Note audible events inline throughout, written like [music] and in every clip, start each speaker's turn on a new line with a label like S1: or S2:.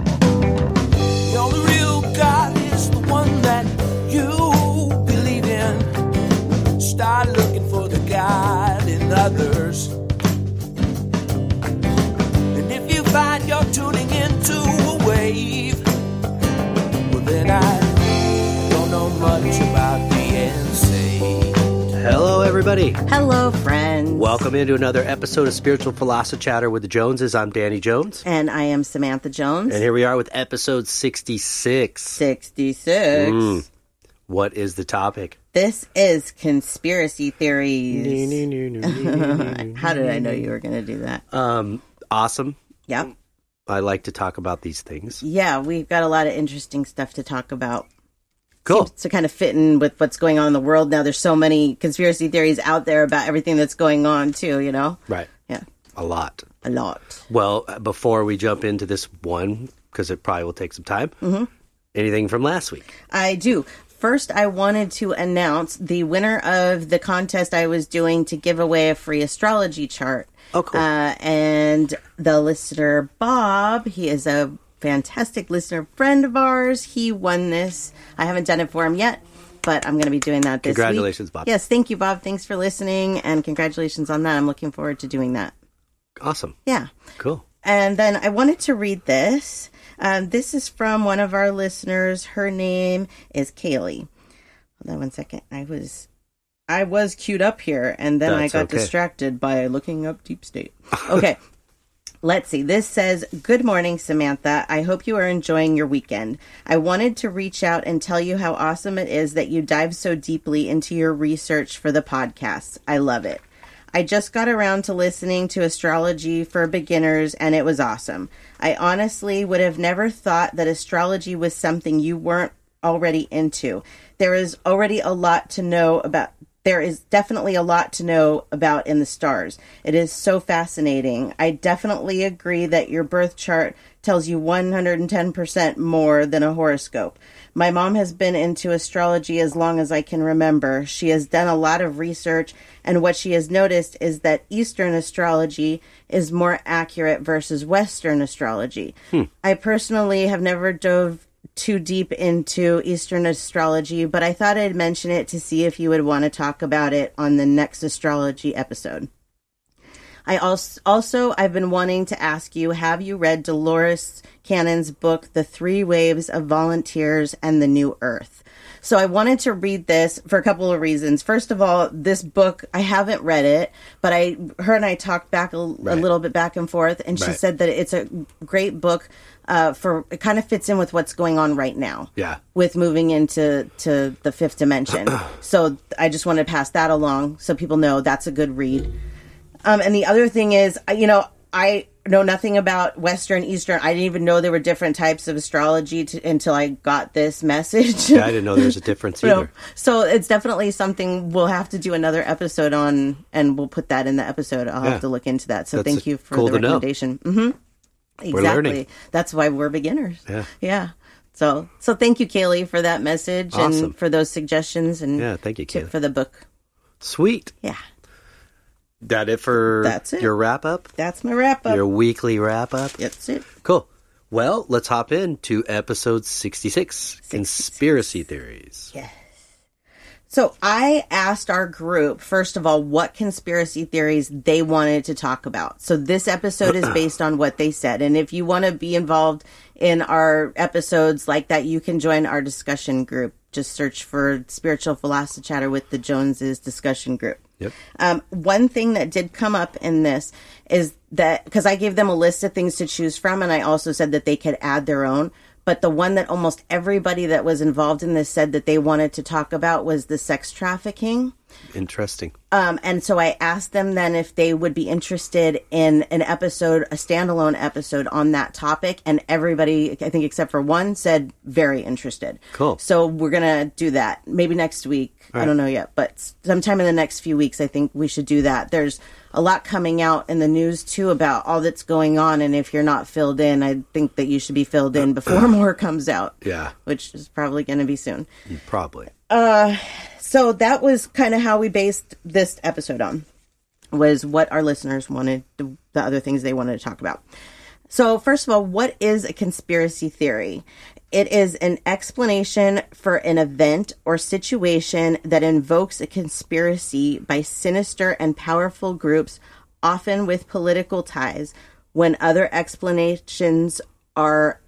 S1: The only real God is the one that you believe in. Start looking for the God in others. And if you find you're tuning into a wave, well, then I don't know much about being saved.
S2: Hello, everybody.
S3: Hello, friends.
S2: Welcome into another episode of Spiritual Philosophy Chatter with the Joneses. I'm Danny Jones,
S3: And I am Samantha Jones.
S2: and here we are with episode 66.
S3: 66.
S2: What is the topic?
S3: This is conspiracy [laughs] theories. How did I know you were going to do that?
S2: Um, awesome.
S3: Yep.
S2: I like to talk about these things.
S3: Yeah, we've got a lot of interesting stuff to talk about.
S2: Cool.
S3: To kind of fit in with what's going on in the world now, there's so many conspiracy theories out there about everything that's going on, too, you know?
S2: Right.
S3: Yeah,
S2: A lot.
S3: a lot.
S2: Well, before we jump into this one, because it probably will take some time,
S3: Mm-hmm.
S2: anything from last week?
S3: I do. First, I wanted to announce the winner of the contest I was doing to give away a free astrology chart.
S2: Oh, cool.
S3: Uh, and the listener, Bob, he is a fantastic listener friend of ours. He won this. I haven't done it for him yet, but I'm going to be doing that this
S2: Congratulations,
S3: week.
S2: Bob.
S3: Yes, thank you, Bob. Thanks for listening, and congratulations on that. I'm looking forward to doing that.
S2: Awesome.
S3: Yeah.
S2: Cool.
S3: And then I wanted to read this. Um, this is from one of our listeners. Her name is Kaylee. Hold on one second. I was I was queued up here and then
S2: That's
S3: I got
S2: okay.
S3: distracted by looking up deep state. Okay. Let's see. This says, Good morning, Samantha. I hope you are enjoying your weekend. I wanted to reach out and tell you how awesome it is that you dive so deeply into your research for the podcast. I love it. I just got around to listening to astrology for beginners and it was awesome. I honestly would have never thought that astrology was something you weren't already into. There is already a lot to know about. There is definitely a lot to know about in the stars. It is so fascinating. I definitely agree that your birth chart tells you 110% more than a horoscope. My mom has been into astrology as long as I can remember. She has done a lot of research, and what she has noticed is that Eastern astrology is more accurate versus Western astrology. I personally have never dove too deep into Eastern astrology, but I thought I'd mention it to see if you would want to talk about it on the next astrology episode. I also, also I've been wanting to ask you: Have you read Dolores Cannon's book, *The Three Waves of Volunteers and the New Earth*? So I wanted to read this for a couple of reasons. First of all, this book I haven't read it, but I her and I talked back a, a little bit back and forth, and she
S2: Right.
S3: said that it's a great book uh, for it kind of fits in with what's going on right now
S2: Yeah.
S3: with moving into to the fifth
S2: [clears throat]
S3: dimension. so I just wanted to pass that along so people know that's a good read. Um, and the other thing is, I- you know, I know nothing about Western, Eastern. I didn't even know there were different types of astrology to, until I got this message.
S2: Yeah, I didn't know there was a
S3: [laughs]
S2: difference
S3: So-
S2: either.
S3: So it's definitely something we'll have to do another episode on, and we'll put that in the episode. I'll
S2: Yeah.
S3: have to look into that. So
S2: That's
S3: thank you for
S2: cool
S3: the
S2: to know.
S3: recommendation. hmm Exactly.
S2: learning.
S3: That's why we're beginners.
S2: Yeah.
S3: Yeah. So so thank you, Kaylee, for that message
S2: Awesome.
S3: and for those suggestions and
S2: Yeah, thank you,
S3: tip
S2: Kaylee.
S3: for the book.
S2: Sweet.
S3: Yeah.
S2: That it for
S3: That's it.
S2: your wrap up?
S3: That's my wrap up.
S2: Your weekly wrap up?
S3: That's it.
S2: Cool. Well, let's hop into episode 66, Conspiracy Theories.
S3: So I asked our group, first of all, what conspiracy theories they wanted to talk about. So this episode is based on what they said. And if you want to be involved in our episodes like that, you can join our discussion group. Just search for Spiritual Philosophy Chatter with the Joneses discussion group.
S2: Yep.
S3: Um, one thing that did come up in this is that because I gave them a list of things to choose from, and I also said that they could add their own. But the one that almost everybody that was involved in this said that they wanted to talk about was the sex trafficking.
S2: Interesting.
S3: Um, and so I asked them then if they would be interested in an episode, a standalone episode on that topic. And everybody, I think except for one, said very interested.
S2: Cool.
S3: So we're going to do that maybe next week. I don't know yet, but sometime in the next few weeks, I think we should do that. There's a lot coming out in the news too about all that's going on. And if you're not filled in, I think that you should be filled in before [laughs] more comes out.
S2: Uh, Yeah.
S3: Which is probably going to be soon.
S2: Probably.
S3: So that was kind of how we based this episode on. was what our listeners wanted, the other things they wanted to talk about. So, first of all, what is a conspiracy theory? It is an explanation for an event or situation that invokes a conspiracy by sinister and powerful groups, often with political ties, when other explanations are.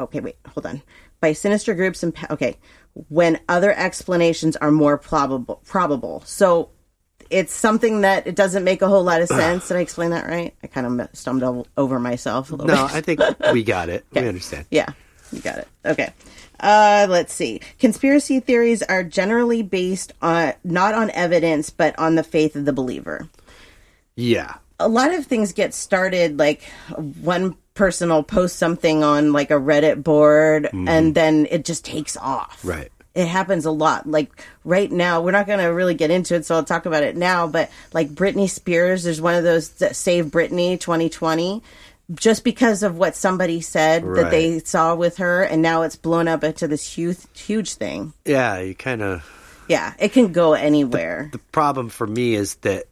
S3: Okay, wait, hold on. By sinister groups and. po- Okay, when other explanations are more probable. probable. So it's something that it doesn't make a whole
S2: [sighs]
S3: lot of sense. Did I explain that right? I kind of stumbled over myself a little bit.
S2: No, I think we got it. We understand.
S3: [laughs] Yeah, you got it. Okay. Uh, let's see. Conspiracy theories are generally based on not on evidence, but on the faith of the believer.
S2: Yeah.
S3: A lot of things get started like one person will post something on like a Reddit board and then it just takes off.
S2: Mm-hmm. Right.
S3: It happens a lot. Like right now, we're not going to really get into it, so I'll talk about it now. But like Britney Spears, there's one of those that Save Britney 2020, just because of what somebody said that they saw with her, and now it's blown up into this huge, huge thing.
S2: Yeah. You kind of.
S3: Yeah, it can go anywhere.
S2: The problem for me is that,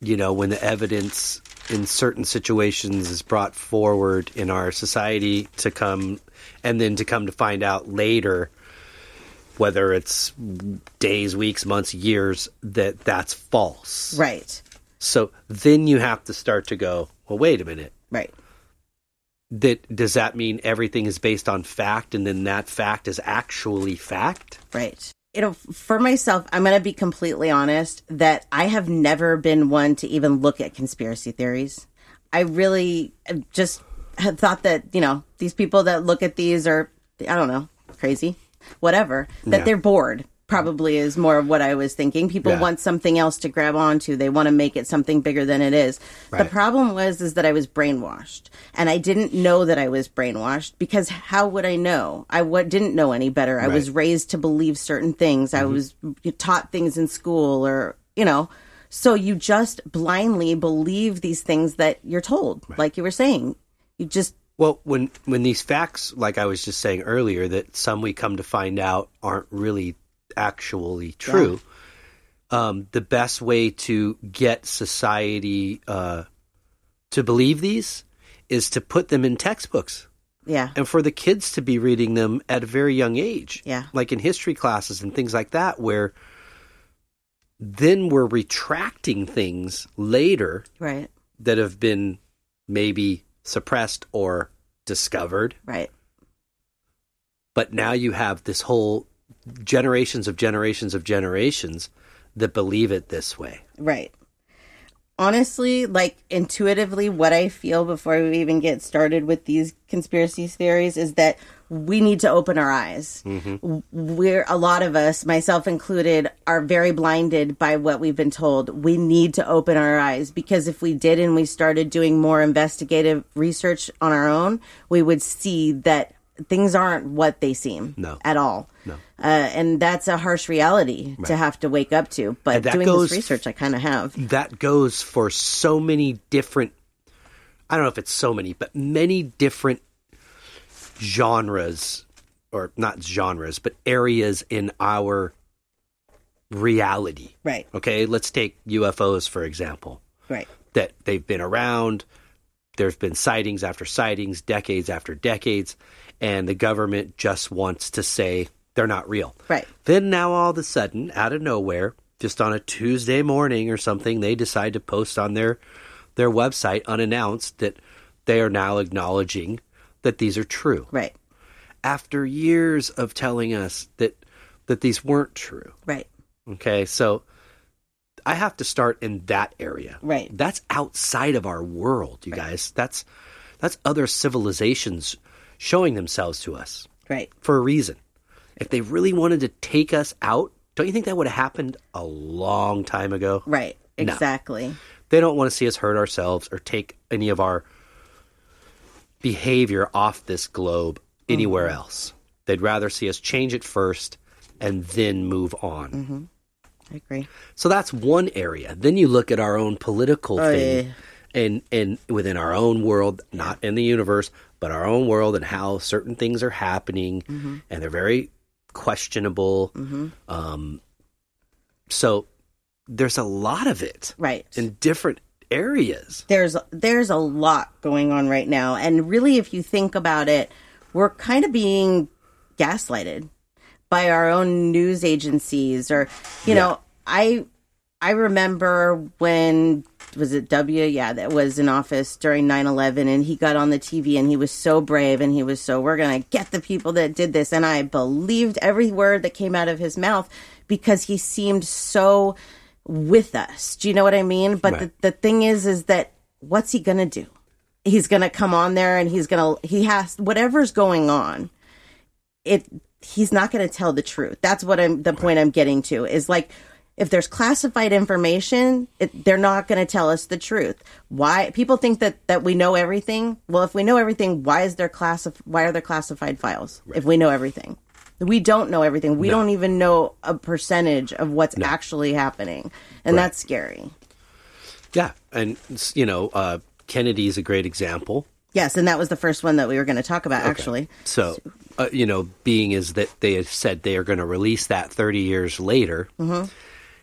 S2: you know, when the evidence in certain situations is brought forward in our society to come, and then to come to find out later, whether it's days, weeks, months, years, that that's false.
S3: right,
S2: So then you have to start to go, well, wait a minute.
S3: right.
S2: That does that mean everything is based on fact, and then that fact is actually fact?
S3: Right. You know, for myself, I'm going to be completely honest that I have never been one to even look at conspiracy theories. I really uh, just had thought that, you know, these people that look at these are, I don't know, crazy, whatever, that
S2: Yeah.
S3: they're bored. Probably is more of what I was thinking. People
S2: Yeah.
S3: want something else to grab onto. They want to make it something bigger than it is. The
S2: Right.
S3: problem was is that I was brainwashed, and I didn't know that I was brainwashed because how would I know? I w- didn't know any better. I was
S2: Right.
S3: raised to believe certain things. I was taught things in school or, you know, so you just blindly believe these things that you're told, like you were saying. You just,
S2: Well, when when these facts, like I was just saying earlier, that some we come to find out aren't really actually true, um, the best way to get society uh, to believe these is to put them in textbooks
S3: yeah,
S2: and for the kids to be reading them at a very young age.
S3: Yeah.
S2: Like in history classes and things like that, where then we're retracting things later
S3: right,
S2: that have been maybe suppressed or discovered.
S3: right,
S2: But now you have this whole generations of generations of generations that believe it this way.
S3: right. Honestly, like intuitively, what I feel before we even get started with these conspiracy theories is that we need to open our eyes. we're a lot of us, myself included, are very blinded by what we've been told. We need to open our eyes because if we did and we started doing more investigative research on our own, we would see that things aren't what they seem
S2: No.
S3: at all. No. Uh, and that's a harsh reality to have to wake up to. But
S2: And that
S3: doing
S2: goes-
S3: this research, I kind of have.
S2: That goes for so many different I don't know if it's so many, but many different genres or not genres, but areas in our reality.
S3: Right,
S2: Okay, let's take UFOs for example.
S3: right,
S2: that they've been around. There's been sightings after sightings, decades after decades, and the government just wants to say they're not real.
S3: right,
S2: Then now all of a sudden, out of nowhere, just on a Tuesday morning or something, they decide to post on their their website unannounced that they are now acknowledging that these are true
S3: right,
S2: after years of telling us that that these weren't true.
S3: right,
S2: Okay, so I have to start in that area.
S3: Right.
S2: That's outside of our world, you guys. That's that's other civilizations showing themselves to us
S3: right.
S2: for a reason. If they really wanted to take us out, don't you think that would have happened a long time ago?
S3: Right,
S2: No.
S3: exactly.
S2: They don't want to see us hurt ourselves or take any of our behavior off this globe anywhere else. They'd rather see us change it first and then move on.
S3: I agree.
S2: So that's one area. Then you look at our own political thing,
S3: Oh, yeah.
S2: and and within our own world, not in the universe, but our own world, and how certain things are happening,
S3: Mm-hmm.
S2: and they're very questionable. Um, so there's a lot of it
S3: Right.
S2: in different areas.
S3: there's there's a lot going on right now and really if you think about it we're kind of being gaslighted by our own news agencies or you know i i remember when was it w yeah that was in office during 9-11 and he got on the tv and he was so brave and he was so we're gonna get the people that did this and i believed every word that came out of his mouth because he seemed so with us do you know what i mean but
S2: Right.
S3: the, the thing is is that what's he gonna do he's gonna come on there and he's gonna he has whatever's going on it he's not going to tell the truth that's what i'm the point i'm getting to is like if there's classified information it, they're not going to tell us the truth why people think that that we know everything well if we know everything why is there classif- why are there classified files if we know everything we don't know everything we don't even know a percentage of what's actually happening and that's scary
S2: Yeah, and it's, you know, uh, Kennedy is a great example.
S3: yes and that was the first one that we were going to talk about actually
S2: So, uh, you know, being is that they have said they are going to release that 30 years later.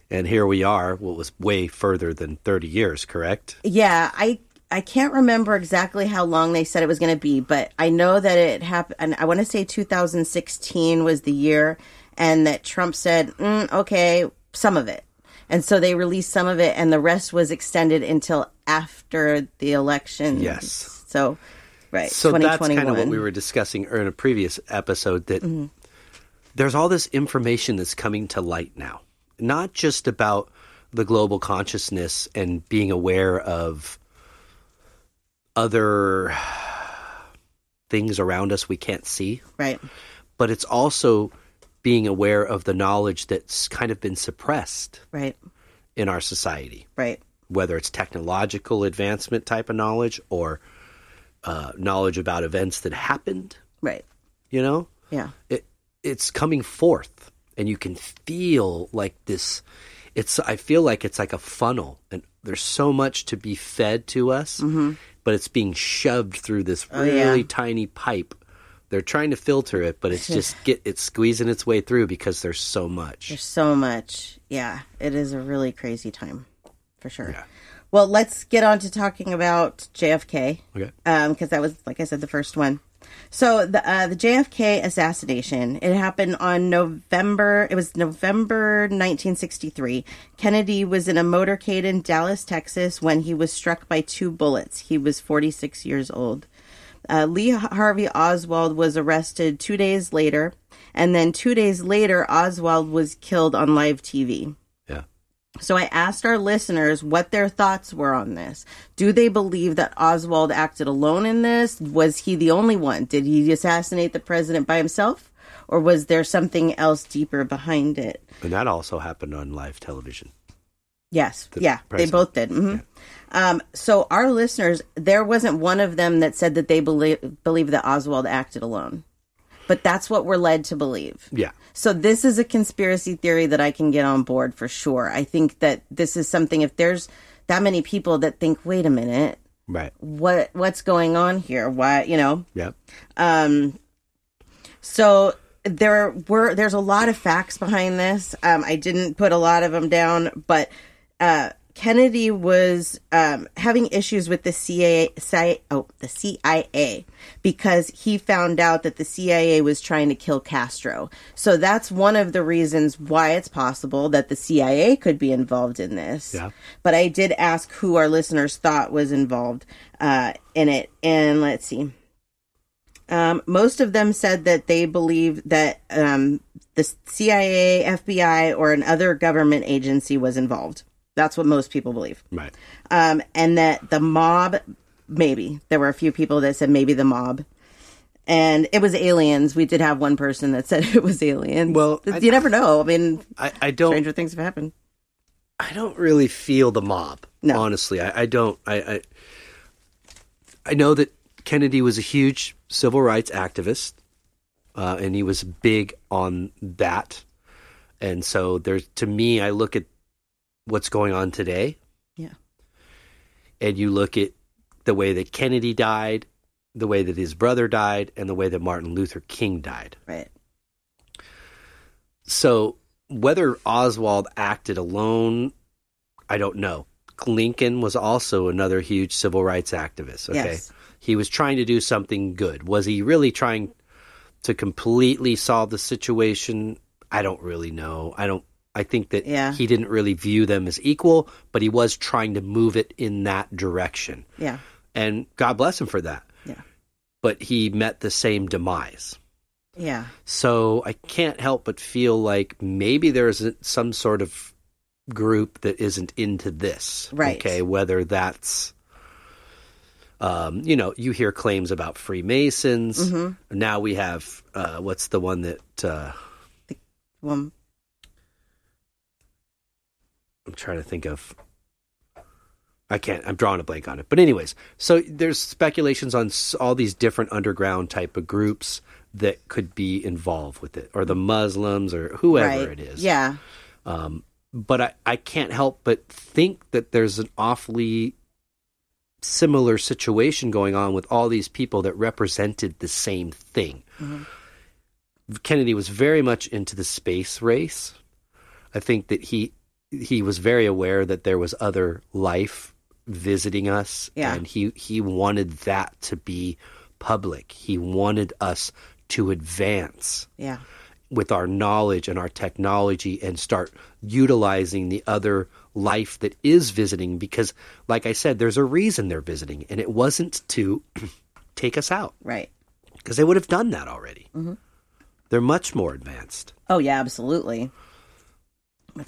S2: And here we are, what was way further than 30 years, correct?
S3: Yeah, I I can't remember exactly how long they said it was going to be, but I know that it happened. I want to say 2016 was the year, and that Trump said, mm, "Okay, some of it," and so they released some of it, and the rest was extended until after the election.
S2: Yes.
S3: So, right.
S2: So that's kind
S3: 2021.
S2: of what we were discussing in a previous episode that there's all this information that's coming to light now, not just about the global consciousness and being aware of other [sighs] things around us we can't see,
S3: Right.
S2: but it's also being aware of the knowledge that's kind of been suppressed
S3: Right.
S2: in our society,
S3: Right.
S2: whether it's technological advancement type of knowledge or uh, knowledge about events that happened,
S3: Right.
S2: you know?
S3: Yeah.
S2: It, it's coming forth and you can feel like this it's I feel like it's like a funnel and there's so much to be fed to us, but it's being shoved through this really
S3: Mm-hmm. Oh, yeah.
S2: tiny pipe. They're trying to filter it, but
S3: [laughs]
S2: it's just get it's squeezing its way through because there's so much.
S3: There's so much. Yeah, it is a really crazy time, for sure. Well, let's get on to talking about JFK.
S2: Okay.
S3: because Um, that was, like I said, the first one. So the uh, the JFK assassination it happened on November. It was November 1963. Kennedy was in a motorcade in Dallas, Texas, when he was struck by two bullets. He was 46 years old. Uh, Lee Harvey Oswald was arrested two days later, and then two days later, Oswald was killed on live TV.
S2: Yeah.
S3: So I asked our listeners what their thoughts were on this. Do they believe that Oswald acted alone in this? Was he the only one? Did he assassinate the president by himself? Or was there something else deeper behind it?
S2: And that also happened on live television.
S3: Yes. yeah.
S2: president.
S3: They both did. hmm Um, so our listeners, there wasn't one of them that said that they believe, believe that Oswald acted alone. But that's what we're led to believe.
S2: Yeah.
S3: So this is a conspiracy theory that I can get on board for sure. I think that this is something if there's that many people that think, "Wait a minute,
S2: Right.
S3: what what's going on here? Why, you know?"
S2: Yep.
S3: Um, So there were there's a lot of facts behind this. Um, I didn't put a lot of them down, but uh, Kennedy was um, having issues with the CIA, CIA oh the CIA because he found out that the CIA was trying to kill Castro. So that's one of the reasons why it's possible that the CIA could be involved in this.
S2: Yeah.
S3: But I did ask who our listeners thought was involved uh, in it, and let's see. Um, most of them said that they believe that um, the CIA, FBI, or another government agency was involved. That's what most people believe.
S2: Right.
S3: Um, and that the mob, maybe. There were a few people that said maybe the mob. And it was aliens. We did have one person that [laughs] said it was aliens.
S2: Well,
S3: you
S2: I-
S3: never know. I mean,
S2: I, I don't
S3: stranger things have happened.
S2: I don't really feel the mob.
S3: No.
S2: Honestly. I, I don't I, I I know that Kennedy was a huge civil rights activist. Uh, and he was big on that. And so there's to me I look at what's going on today
S3: Yeah.
S2: and you look at the way that Kennedy died, the way that his brother died, and the way that Martin Luther King died.
S3: Right.
S2: So whether Oswald acted alone I don't know. Lincoln was also another huge civil rights activist. Okay.
S3: Yes.
S2: He was trying to do something good. Was he really trying to completely solve the situation? I don't really know. I don't I think that
S3: Yeah.
S2: he didn't really view them as equal, but he was trying to move it in that direction.
S3: Yeah.
S2: And God bless him for that.
S3: Yeah.
S2: But he met the same demise.
S3: Yeah.
S2: So I can't help but feel like maybe there's a- some sort of group that isn't into this.
S3: Right.
S2: Okay. Whether that's, um, you know, you hear claims about Freemasons.
S3: Mm-hmm.
S2: Now we have, uh, what's the one that, uh,
S3: Well,
S2: I'm trying to think of. I can't. I'm drawing a blank on it. But anyways, so there's speculations on s- all these different underground type of groups that could be involved with it, or the Muslims, or whoever it
S3: right.
S2: is.
S3: Yeah.
S2: but I, I can't help but think that there's an awfully similar situation going on with all these people that represented the same thing. Kennedy was very much into the space race. I think that he he was very aware that there was other life visiting us
S3: Yeah.
S2: and he he wanted that to be public. He wanted us to advance
S3: Yeah.
S2: with our knowledge and our technology and start utilizing the other life that is visiting because like i said there's a reason they're visiting and it wasn't to [clears throat] take us out
S3: Right.
S2: because they would have done that already they're much more advanced
S3: Oh yeah, absolutely.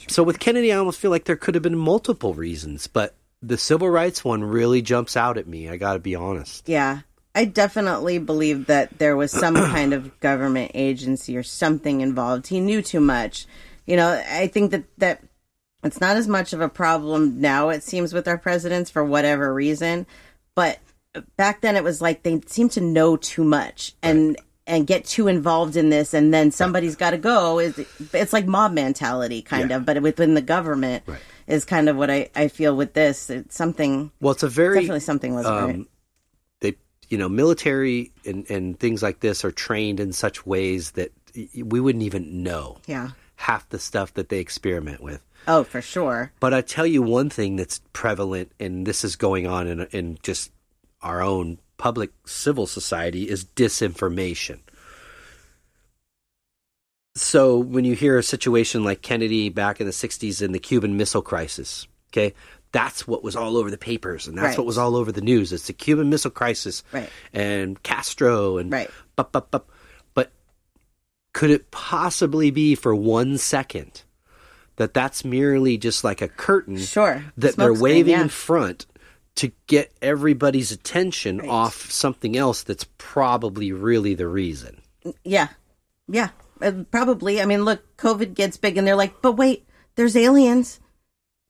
S2: so with kennedy i almost feel like there could have been multiple reasons but the civil rights one really jumps out at me i gotta be honest
S3: Yeah. I definitely believe that there
S2: [clears throat]
S3: was some kind of government agency or something involved. He knew too much. You know, I think that that it's not as much of a problem now it seems with our presidents for whatever reason, but back then it was like they seemed to know too much and and get too involved in this and then somebody's got to go is it's like mob mentality kind
S2: Yeah.
S3: of but within the government
S2: Right.
S3: is kind of what I, I feel with this it's something
S2: well it's a very
S3: definitely something was
S2: um,
S3: right
S2: they you know military and, and things like this are trained in such ways that y- we wouldn't even know
S3: yeah
S2: half the stuff that they experiment with
S3: Oh, for sure.
S2: but i tell you one thing that's prevalent and this is going on in, in just our own public civil society is disinformation so when you hear a situation like kennedy back in the 60s in the cuban missile crisis okay that's what was all over the papers and that's
S3: Right.
S2: what was all over the news it's the cuban missile crisis
S3: Right.
S2: and Castro and
S3: Right.
S2: bup, bup, bup. but could it possibly be for one second that that's merely just like a curtain
S3: Sure.
S2: Mm. that
S3: Smoke
S2: they're
S3: screen,
S2: waving
S3: yeah.
S2: in front to get everybody's attention off something else that's probably really the reason.
S3: Mm, Yeah. Yeah. Uh, Probably. I mean, look, COVID gets big and they're like, but wait, there's aliens.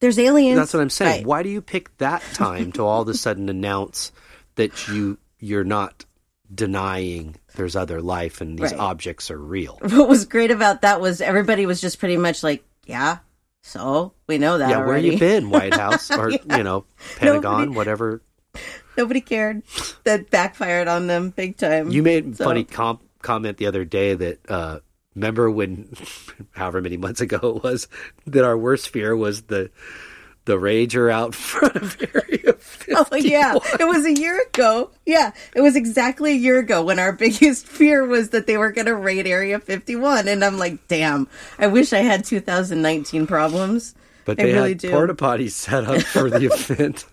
S3: There's aliens.
S2: That's what I'm saying.
S3: Right.
S2: Why do you pick that time to all of a sudden announce that you you're not denying there's other life and these
S3: Right.
S2: objects are real?
S3: [laughs] What was great about that was everybody was just pretty much like, yeah, so we know that
S2: yeah, where
S3: already.
S2: you been, White House or you know, Pentagon, whatever.
S3: [laughs] Nobody cared. That backfired on them big time.
S2: You made
S3: So-
S2: funny comp- comment the other day that uh, remember when, [laughs] however many months ago it was, that our worst fear was the the rager out [laughs] front of area. [laughs] 50.
S3: Oh yeah, it was a year ago. Yeah, it was exactly a year ago when our [laughs] biggest fear was that they were going to raid Area 51, and I'm like, damn, I wish I had 2019 problems.
S2: But
S3: I
S2: they
S3: really
S2: had
S3: do.
S2: porta potties set up for
S3: [laughs]
S2: the event.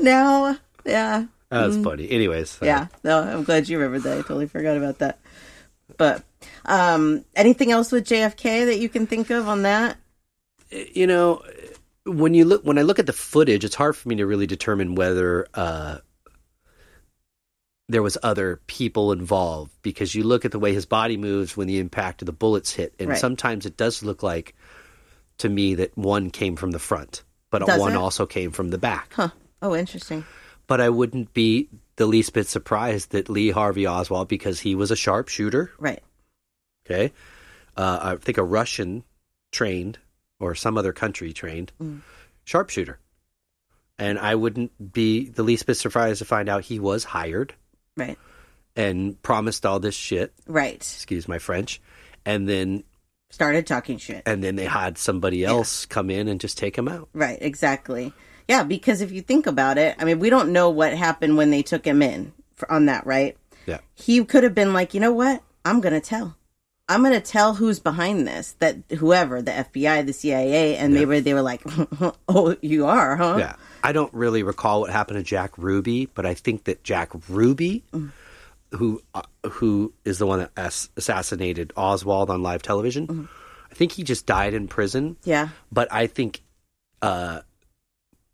S3: now, yeah,
S2: That was funny. Anyways, uh,
S3: Mm-hmm. yeah. No, I'm glad you remembered that. I totally forgot about that. But um, anything else with JFK that you can think of on that?
S2: you know when you look when i look at the footage it's hard for me to really determine whether uh there was other people involved because you look at the way his body moves when the impact of the bullets hit and
S3: Right.
S2: sometimes it does look like to me that one came from the front but
S3: Does
S2: one
S3: it?
S2: also came from the back
S3: Huh. Oh, interesting.
S2: but i wouldn't be the least bit surprised that lee harvey oswald because he was a sharpshooter
S3: Right.
S2: Okay. Uh, I think a Russian trained or some other country trained sharpshooter. And I wouldn't be the least bit surprised to find out he was hired
S3: Right.
S2: and promised all this shit,
S3: Right.
S2: excuse my French, and then
S3: started talking shit.
S2: and then they had somebody else come in and just take him out.
S3: Right, exactly. Yeah, because if you think about it, I mean, we don't know what happened when they took him in for, on that, right?
S2: Yeah.
S3: He could have been like, you know what? I'm going to tell. I'm going to tell who's behind this. That whoever, the FBI, the CIA, and they were they were like, [laughs] "Oh, you are, huh?"
S2: Yeah. I don't really recall what happened to Jack Ruby, but I think that Jack Ruby,
S3: Mm.
S2: who uh, who is the one that ass- assassinated Oswald on live television,
S3: Mm-hmm.
S2: I think he just died in prison.
S3: Yeah.
S2: But I think uh,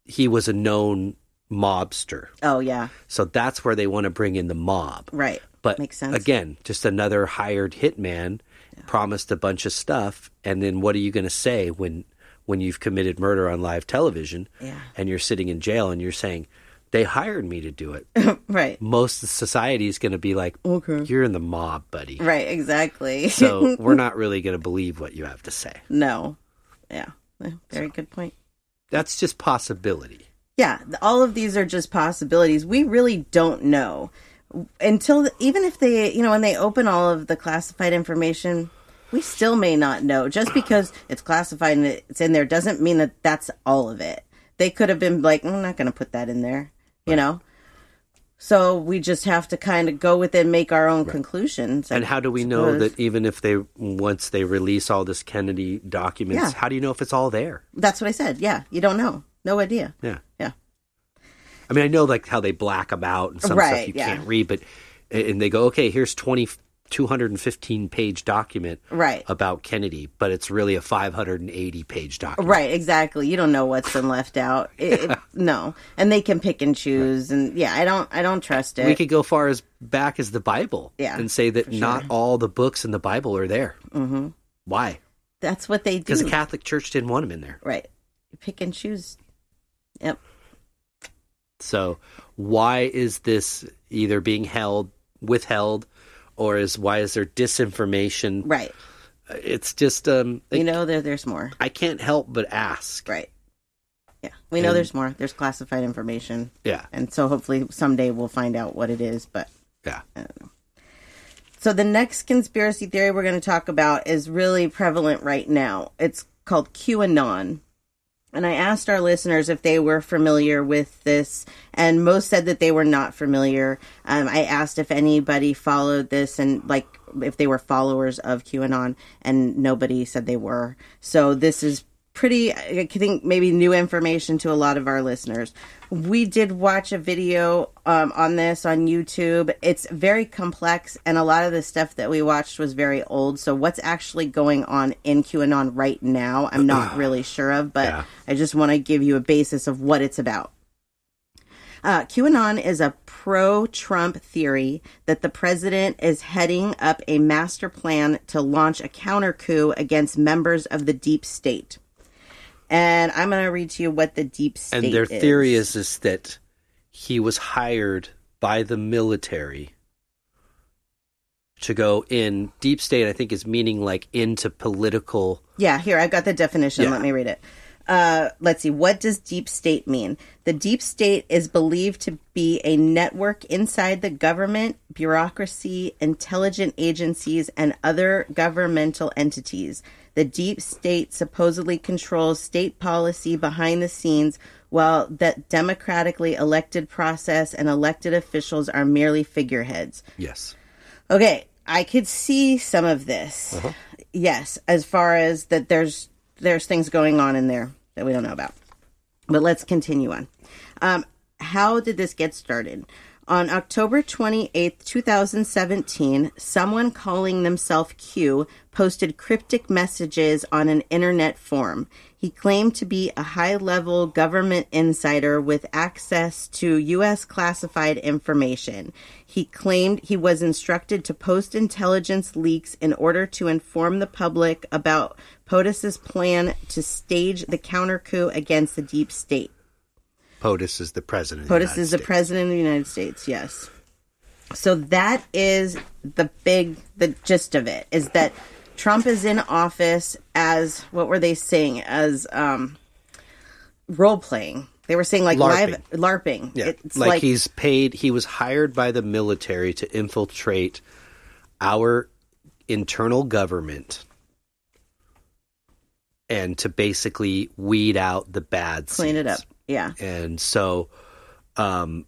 S2: he was a known mobster,
S3: Oh, yeah.
S2: so that's where they want to bring in the mob.
S3: Right.
S2: But
S3: makes sense.
S2: again, just another hired hitman promised a bunch of stuff, and then what are you going to say when when you've committed murder on live television
S3: Yeah.
S2: and you're sitting in jail and you're saying they hired me to do it?
S3: Right.
S2: Most of society is going to be like,
S3: Okay.
S2: you're in the mob, buddy.
S3: Right, exactly. [laughs]
S2: So we're not really going to believe what you have to say.
S3: no. Yeah. Very good point.
S2: That's just possibility.
S3: yeah th- all of these are just possibilities we really don't know until the- even if they you know when they open all of the classified information we still may not know just because it's classified and it's in there doesn't mean that that's all of it they could have been like i'm not going to put that in there you know so we just have to kind of go with it and make our own conclusions I
S2: And how do we know
S3: suppose.
S2: that even if they once they release all this Kennedy documents,
S3: Yeah.
S2: how do you know if it's all there?
S3: that's what i said yeah you don't know no idea
S2: Yeah.
S3: yeah
S2: I mean, I know like how they black them out and some
S3: Right,
S2: stuff you
S3: yeah.
S2: can't read, but and they go, okay, here's 20, 215 page document
S3: right
S2: about Kennedy, but it's really a 580 page document.
S3: Right, exactly. You don't know what's been left out.
S2: [laughs]
S3: It, it- no, and they can pick and choose, and yeah, I don't, I don't trust it.
S2: We could go far as back as the Bible
S3: Yeah,
S2: and say that not all the books in the Bible are there. Mm-hmm. Why?
S3: That's what they
S2: Because
S3: do.
S2: the Catholic Church didn't want them in there.
S3: right, you pick and choose. Yep.
S2: So why is this either being held, withheld, or is why is there disinformation?
S3: Right.
S2: It's just um,
S3: We know there, there's more.
S2: I can't help but ask.
S3: Right. Yeah, we know
S2: And-
S3: there's more. There's classified information,
S2: Yeah,
S3: and so hopefully someday we'll find out what it is. But
S2: yeah.
S3: So the next conspiracy theory we're going to talk about is really prevalent right now. It's called QAnon. And I asked our listeners if they were familiar with this, and most said that they were not familiar. Um, I asked if anybody followed this and, like, if they were followers of QAnon, and nobody said they were. So this is pretty, I think, maybe new information to a lot of our listeners. We did watch a video um, on this on YouTube. It's very complex, and a lot of the stuff that we watched was very old. So, what's actually going on in QAnon right now, I'm not really sure of, but
S2: Yeah.
S3: I just want to give you a basis of what it's about. Uh, QAnon is a pro Trump theory that the president is heading up a master plan to launch a counter coup against members of the deep state. And I'm going to read to you what the deep state
S2: and their
S3: is.
S2: theory is is that he was hired by the military to go in deep state i think is meaning like into political
S3: Yeah, here, I've got the definition.
S2: Yeah.
S3: Let me read it. Uh, let's see. What does deep state mean? The deep state is believed to be a network inside the government, bureaucracy, intelligent agencies, and other governmental entities. The deep state supposedly controls state policy behind the scenes, while the democratically elected process and elected officials are merely figureheads.
S2: yes
S3: Okay, I could see some of this. Yes, as far as that there's there's things going on in there that we don't know about. But let's continue on. Um, how did this get started? On October 28th, 2017, someone calling themselves Q posted cryptic messages on an internet forum. He claimed to be a high level government insider with access to U.S. classified information. He claimed he was instructed to post intelligence leaks in order to inform the public about POTUS's plan to stage the counter coup against the deep state.
S2: potus is the president of the
S3: POTUS
S2: United
S3: is the
S2: States.
S3: president of the United States. Yes. So that is the big, the gist of it is that Trump is in office as what were they saying as um, role playing? They were saying like live LARPing.
S2: yeah.
S3: It's
S2: like,
S3: like,
S2: he's paid he was hired by the military to infiltrate our internal government and to basically weed out the bad
S3: Clean it up.
S2: seeds.
S3: Yeah.
S2: And so, um,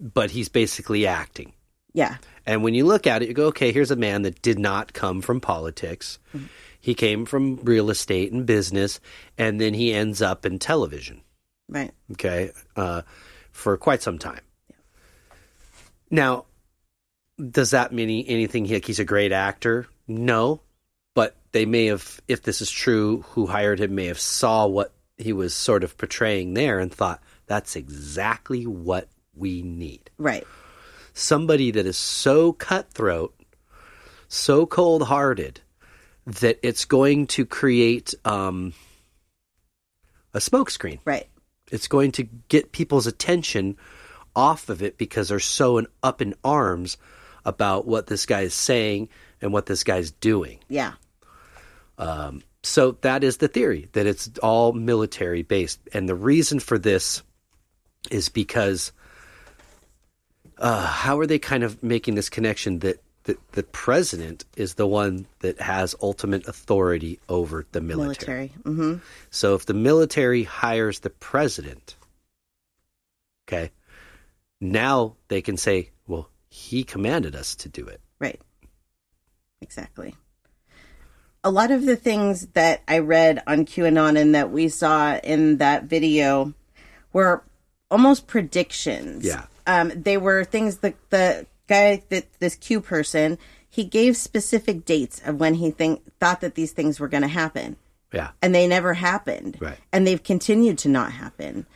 S2: but he's basically acting.
S3: Yeah.
S2: And when you look at it, you go, okay, here's a man that did not come from politics.
S3: Mm-hmm.
S2: He came from real estate and business, and then he ends up in television,
S3: Right.
S2: okay, uh, for quite some time. Now, does that mean anything like he's a great actor? No, but they may have, if this is true, who hired him may have saw what he was sort of portraying there and thought, that's exactly what we need
S3: Right.
S2: somebody that is so cutthroat, so cold hearted, that it's going to create um, a smokescreen.
S3: Right.
S2: It's going to get people's attention off of it because they're so in, up in arms about what this guy is saying and what this guy's doing.
S3: Yeah.
S2: So that is the theory that it's all military based, and the reason for this is because uh, how are they kind of making this connection that, that the president is the one that has ultimate authority over the military.
S3: Military. Mm-hmm.
S2: So if the military hires the president, okay, now they can say, well, he commanded us to do it.
S3: Right. Exactly. A lot of the things that I read on QAnon and that we saw in that video were almost predictions.
S2: Yeah.
S3: Um, they were things that the guy, that this Q person, he gave specific dates of when he think, thought that these things were going to happen
S2: Yeah.
S3: and they never happened.
S2: Right.
S3: And they've continued to not happen.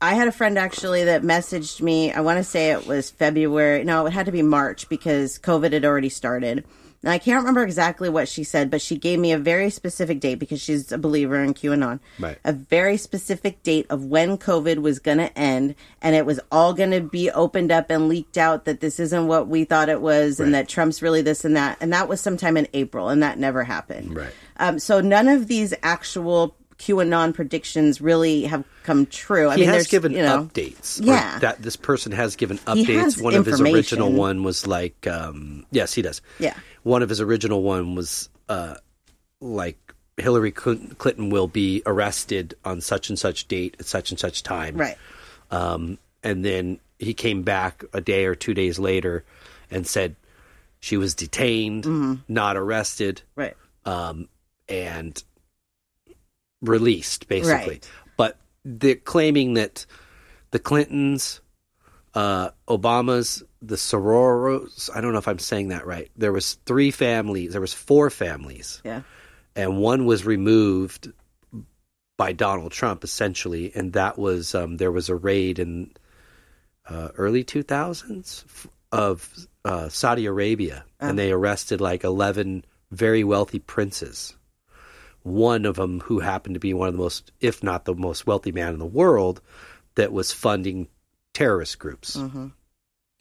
S3: I had a friend actually that messaged me. I want to say it was February. No, it had to be March because COVID had already started. And I can't remember exactly what she said, but she gave me a very specific date because she's a believer in QAnon.
S2: Right.
S3: A very specific date of when COVID was going to end and it was all going to be opened up and leaked out that this isn't what we thought it was and
S2: Right.
S3: that Trump's really this and that. And that was sometime in April and that never happened.
S2: Right.
S3: Um, so none of these actual QAnon predictions really have come true. I
S2: he
S3: mean,
S2: has
S3: there's
S2: given
S3: you know,
S2: updates. or
S3: Yeah.
S2: that this person has given
S3: He
S2: updates.
S3: has
S2: one of his original
S3: information.
S2: one was like, um, yes, he does.
S3: Yeah.
S2: One of his original one was uh, like Hillary Clin- Clinton will be arrested on such and such date at such and such time.
S3: right,
S2: Um, and then he came back a day or two days later and said she was detained, not arrested
S3: right,
S2: um, and released basically.
S3: Right.
S2: But they're claiming that the Clintons, uh, Obamas, the Sororos, I don't know if I'm saying that right. There was three families, there was four families,
S3: yeah,
S2: and one was removed by Donald Trump essentially, and that was um, there was a raid in uh, early 2000s f- of uh, Saudi Arabia, and they arrested like 11 very wealthy princes. One of them, who happened to be one of the most, if not the most wealthy man in the world, that was funding terrorist groups.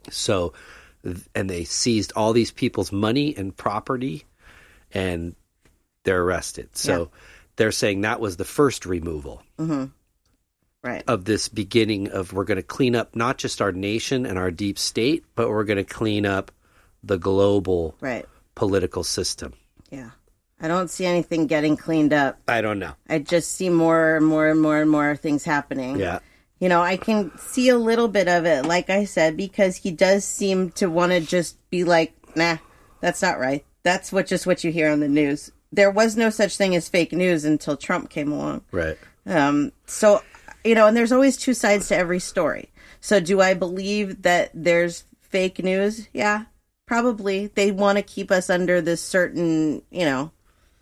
S2: So, th- and they seized all these people's money and property, and they're arrested. So, they're saying that was the first removal
S3: right,
S2: of this beginning of we're going to clean up not just our nation and our deep state, but we're going to clean up the global
S3: right.
S2: political system.
S3: Yeah, I don't see anything getting cleaned up.
S2: I don't know.
S3: I just see more and more and more and more things happening.
S2: Yeah.
S3: You know, I can see a little bit of it, like I said, because he does seem to want to just be like, nah, that's not right. That's what just what you hear on the news. There was no such thing as fake news until Trump came along.
S2: Right.
S3: Um, so, you know, and there's always two sides to every story. So, do I believe that there's fake news? Yeah, probably. They want to keep us under this certain, you know,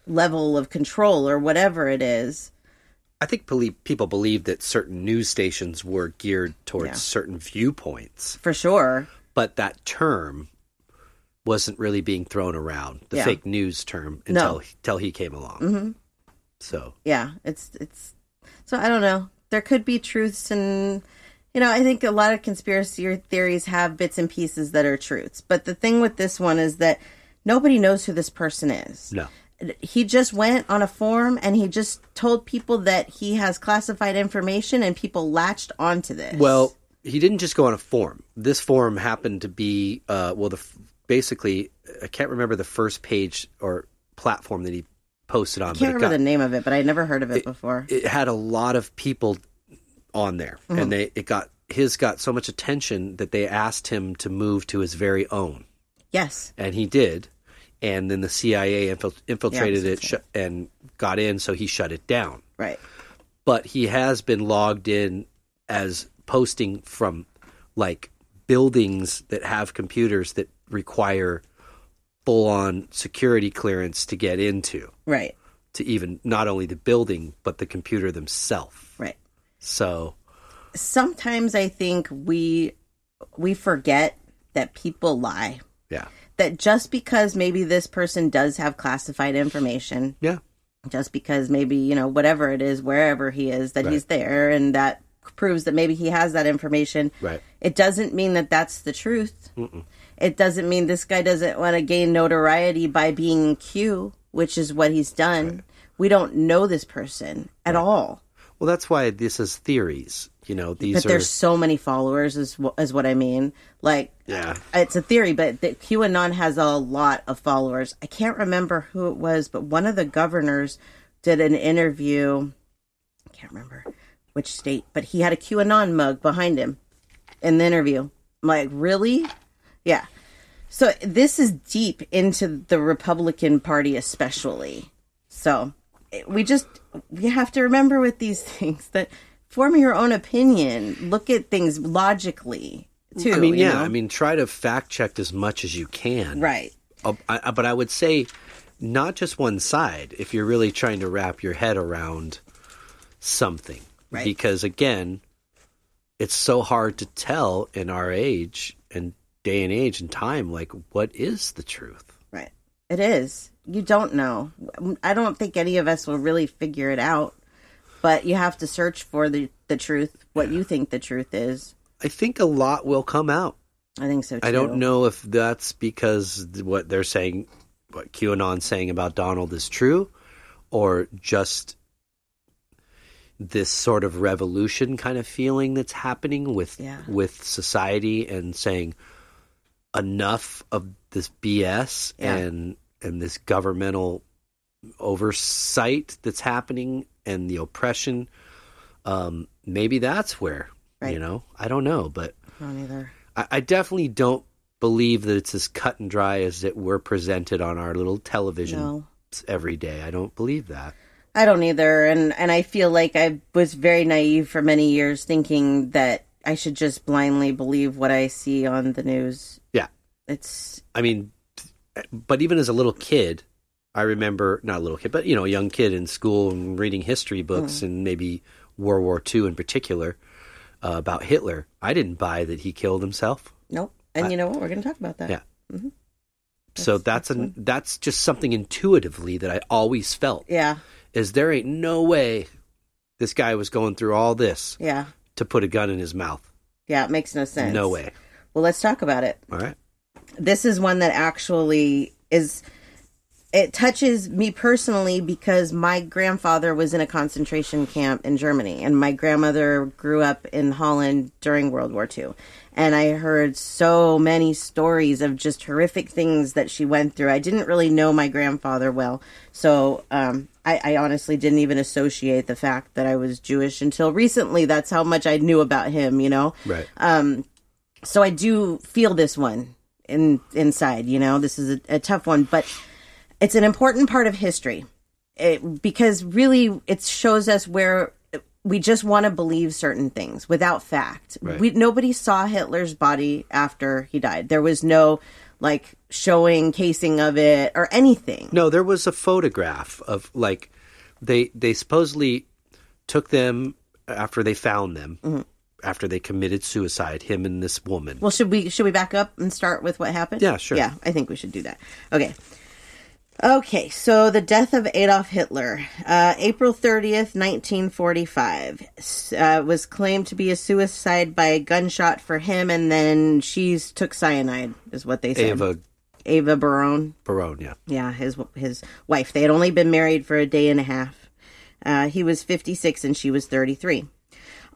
S3: level of control or whatever it is.
S2: I think belie- people believe that certain news stations were geared towards
S3: Yeah.
S2: certain viewpoints,
S3: For sure.
S2: but that term wasn't really being thrown around, the
S3: Yeah.
S2: fake news term, until, until he came along. So,
S3: Yeah, it's it's. So I don't know. There could be truths and. You know, I think a lot of conspiracy theories have bits and pieces that are truths. But the thing with this one is that nobody knows who this person is.
S2: no.
S3: he just went on a form and he just told people that he has classified information and people latched onto this.
S2: Well, he didn't just go on a forum. This forum happened to be, uh, well, the f- basically, I can't remember the first page or platform that he posted on.
S3: I can't
S2: but it
S3: remember
S2: got-
S3: the name of it, but I'd never heard of it, before.
S2: it had a lot of people on there
S3: Mm-hmm.
S2: and they it got his got so much attention that they asked him to move to his very own
S3: yes.
S2: and he did and then the CIA infil- infiltrated
S3: Yeah, I
S2: it sh- and got in so he shut it down
S3: Right.
S2: but he has been logged in as posting from like buildings that have computers that require full on security clearance to get into
S3: Right.
S2: to even not only the building but the computer themselves
S3: Right.
S2: so
S3: Sometimes I think we we forget that people lie.
S2: yeah,
S3: That just because maybe this person does have classified information,
S2: yeah,
S3: just because maybe, you know, whatever it is, wherever he is, that he's there and that proves that maybe he has that information.
S2: right,
S3: It doesn't mean that that's the truth. It doesn't mean this guy doesn't want to gain notoriety by being in Q, which is what he's done. We don't know this person at all,
S2: Well, that's why this is theories. You know, these
S3: but
S2: are
S3: there's so many followers, is, wh- is what I mean. Like,
S2: yeah,
S3: it's a theory, but the QAnon has a lot of followers. I can't remember who it was, but one of the governors did an interview. I can't remember which state, but he had a QAnon mug behind him in the interview. I'm like, really? Yeah. So this is deep into the Republican Party, especially. So it- we just we have to remember with these [laughs] things that form your own opinion, look at things logically too.
S2: I mean,
S3: you
S2: yeah,
S3: know?
S2: I mean, try to fact check as much as you can,
S3: Right.
S2: Uh, I, I- but I would say not just one side if you're really trying to wrap your head around something,
S3: Right.
S2: because again, it's so hard to tell in our age and day and age and time, like what is the truth.
S3: Right. It is. You don't know. I don't think any of us will really figure it out, but you have to search for the, the truth, what you think the truth is.
S2: I think a lot will come out.
S3: I think so too.
S2: I don't know if that's because th- what they're saying, what QAnon's saying about Donald is true, or just this sort of revolution kind of feeling that's happening with
S3: Yeah.
S2: with society and saying enough of this BS
S3: Yeah.
S2: and and this governmental oversight that's happening and the oppression. Um, maybe that's where you
S3: Right.
S2: know I don't know, but
S3: I don't either.
S2: I, I definitely don't believe that it's as cut and dry as that we're presented on our little television
S3: No.
S2: every day. I don't believe that.
S3: I don't either. And, and I feel like I was very naive for many years thinking that I should just blindly believe what I see on the news.
S2: Yeah.
S3: It's
S2: I mean, but even as a little kid, I remember not a little kid, but you know, a young kid in school and reading history books and maybe World War II in particular uh, about Hitler. I didn't buy that he killed himself.
S3: nope. And you know what? We're going to talk about that.
S2: Yeah. so that's an that's just something intuitively that I always felt
S3: Yeah.
S2: is there ain't no way this guy was going through all this
S3: Yeah.
S2: to put a gun in his mouth.
S3: Yeah. It makes no sense.
S2: No way.
S3: Well, let's talk about it.
S2: All right.
S3: this is one that actually is it touches me personally because my grandfather was in a concentration camp in Germany and my grandmother grew up in Holland during World War II and I heard so many stories of just horrific things that she went through. I didn't really know my grandfather well, so um, I, I honestly didn't even associate the fact that I was Jewish until recently. That's how much I knew about him, you know
S2: Right.
S3: Um, so I do feel this one in inside. You know, this is a, a tough one, but it's an important part of history it, because really it shows us where we just want to believe certain things without fact.
S2: Right.
S3: We nobody saw Hitler's body after he died. There was no like showing casing of it or anything.
S2: no, there was a photograph of like they they supposedly took them after they found them after they committed suicide. Him and this woman.
S3: Mm-hmm. Well, should we should we back up and start with what happened?
S2: Yeah, sure.
S3: Yeah, I think we should do that. Okay. Okay, so the death of Adolf Hitler, uh, April 30th, 1945, S- uh, was claimed to be a suicide by a gunshot for him, and then she's took cyanide, is what they said.
S2: Ava
S3: Ava Barone.
S2: Barone. Yeah.
S3: Yeah, his his wife. They had only been married for a day and a half. Uh, he was 56 and she was 33.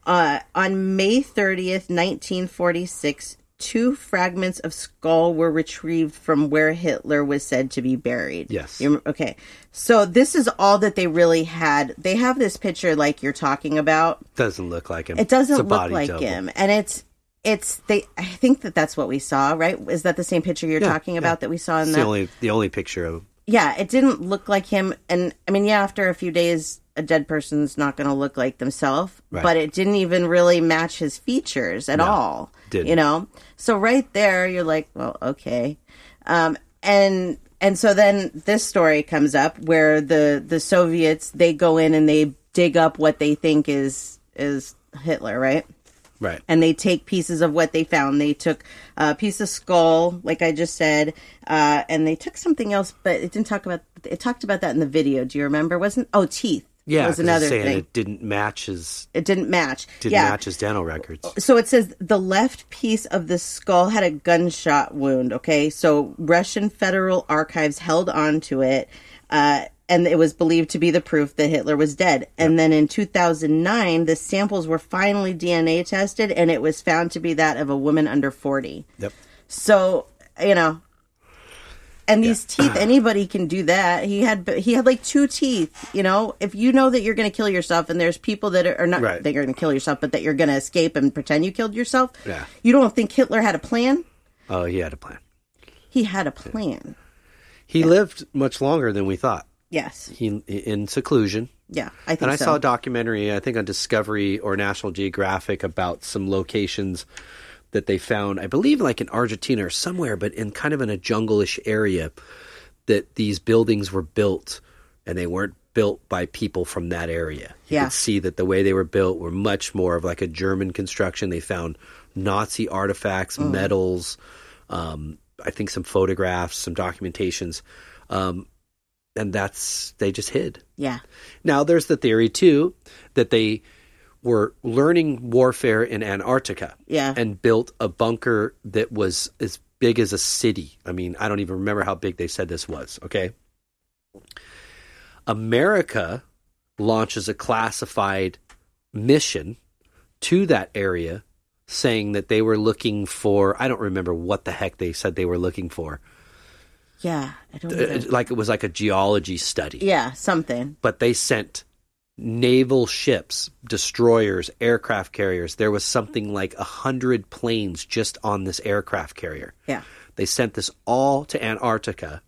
S3: Uh, on May 30th, 1946, two fragments of skull were retrieved from where Hitler was said to be buried.
S2: Yes.
S3: You rem- okay. So this is all that they really had. They have this picture, like you're talking about.
S2: Doesn't look like him.
S3: It doesn't
S2: It's a
S3: look
S2: body
S3: like
S2: double.
S3: him, and it's it's they. I think that that's what we saw, right? Is that the same picture you're
S2: Yeah,
S3: talking
S2: yeah.
S3: about that we saw in
S2: It's
S3: the
S2: the only the only picture of him.
S3: yeah, it didn't look like him. And I mean, yeah, after a few days, a dead person's not going to look like themselves,
S2: Right.
S3: but it didn't even really match his features at all.
S2: didn't.
S3: You know? So right there, you're like, well, okay. Um, and and so then this story comes up where the the Soviets they go in and they dig up what they think is is Hitler, right?
S2: Right.
S3: and they take pieces of what they found. They took a piece of skull, like I just said, uh, and they took something else, but it didn't talk about. It talked about that in the video. Do you remember? Wasn't oh teeth?
S2: yeah,
S3: was
S2: 'cause it's
S3: another
S2: saying
S3: thing. It,
S2: It didn't match his
S3: didn't match.
S2: didn't
S3: yeah. Oh.
S2: match his dental records.
S3: So it says the left piece of the skull had a gunshot wound. Okay, so Russian Federal Archives held on to it, uh, and it was believed to be the proof that Hitler was dead. And then in 2009, the samples were finally DNA tested, and it was found to be that of a woman under 40.
S2: Yep.
S3: So you know, and these
S2: [clears throat]
S3: teeth, anybody can do that. He had he had like two teeth. You know, if you know that you're going to kill yourself, and there's people that are, are not
S2: Right.
S3: that you're going to kill yourself, but that you're going to escape and pretend you killed yourself.
S2: Yeah.
S3: You don't think Hitler had a plan?
S2: Oh, he had a plan.
S3: He had a plan.
S2: He lived much longer than we thought.
S3: Yes.
S2: He in seclusion.
S3: Yeah, I think
S2: And I
S3: so.
S2: saw a documentary, I think on Discovery or National Geographic, about some locations that they found, I believe, like in Argentina or somewhere, but in kind of in a jungle-ish area, that these buildings were built, and they weren't built by people from that area. You
S3: Yeah.
S2: could see that the way they were built were much more of like a German construction. They found Nazi artifacts,
S3: Mm.
S2: medals, um, I think some photographs, some documentations, um, and that's they just hid.
S3: yeah.
S2: Now, there's the theory, too, that they were learning warfare in Antarctica
S3: Yeah.
S2: and built a bunker that was as big as a city. I mean, I don't even remember how big they said this was, okay? America launches a classified mission to that area saying that they were looking for, I don't remember what the heck they said they were looking for.
S3: Yeah. I don't.
S2: Uh,
S3: Know.
S2: Like it was like a geology study
S3: Yeah. Something.
S2: but they sent naval ships, destroyers, aircraft carriers. There was something like a hundred planes just on this aircraft carrier.
S3: Yeah.
S2: They sent this all to Antarctica.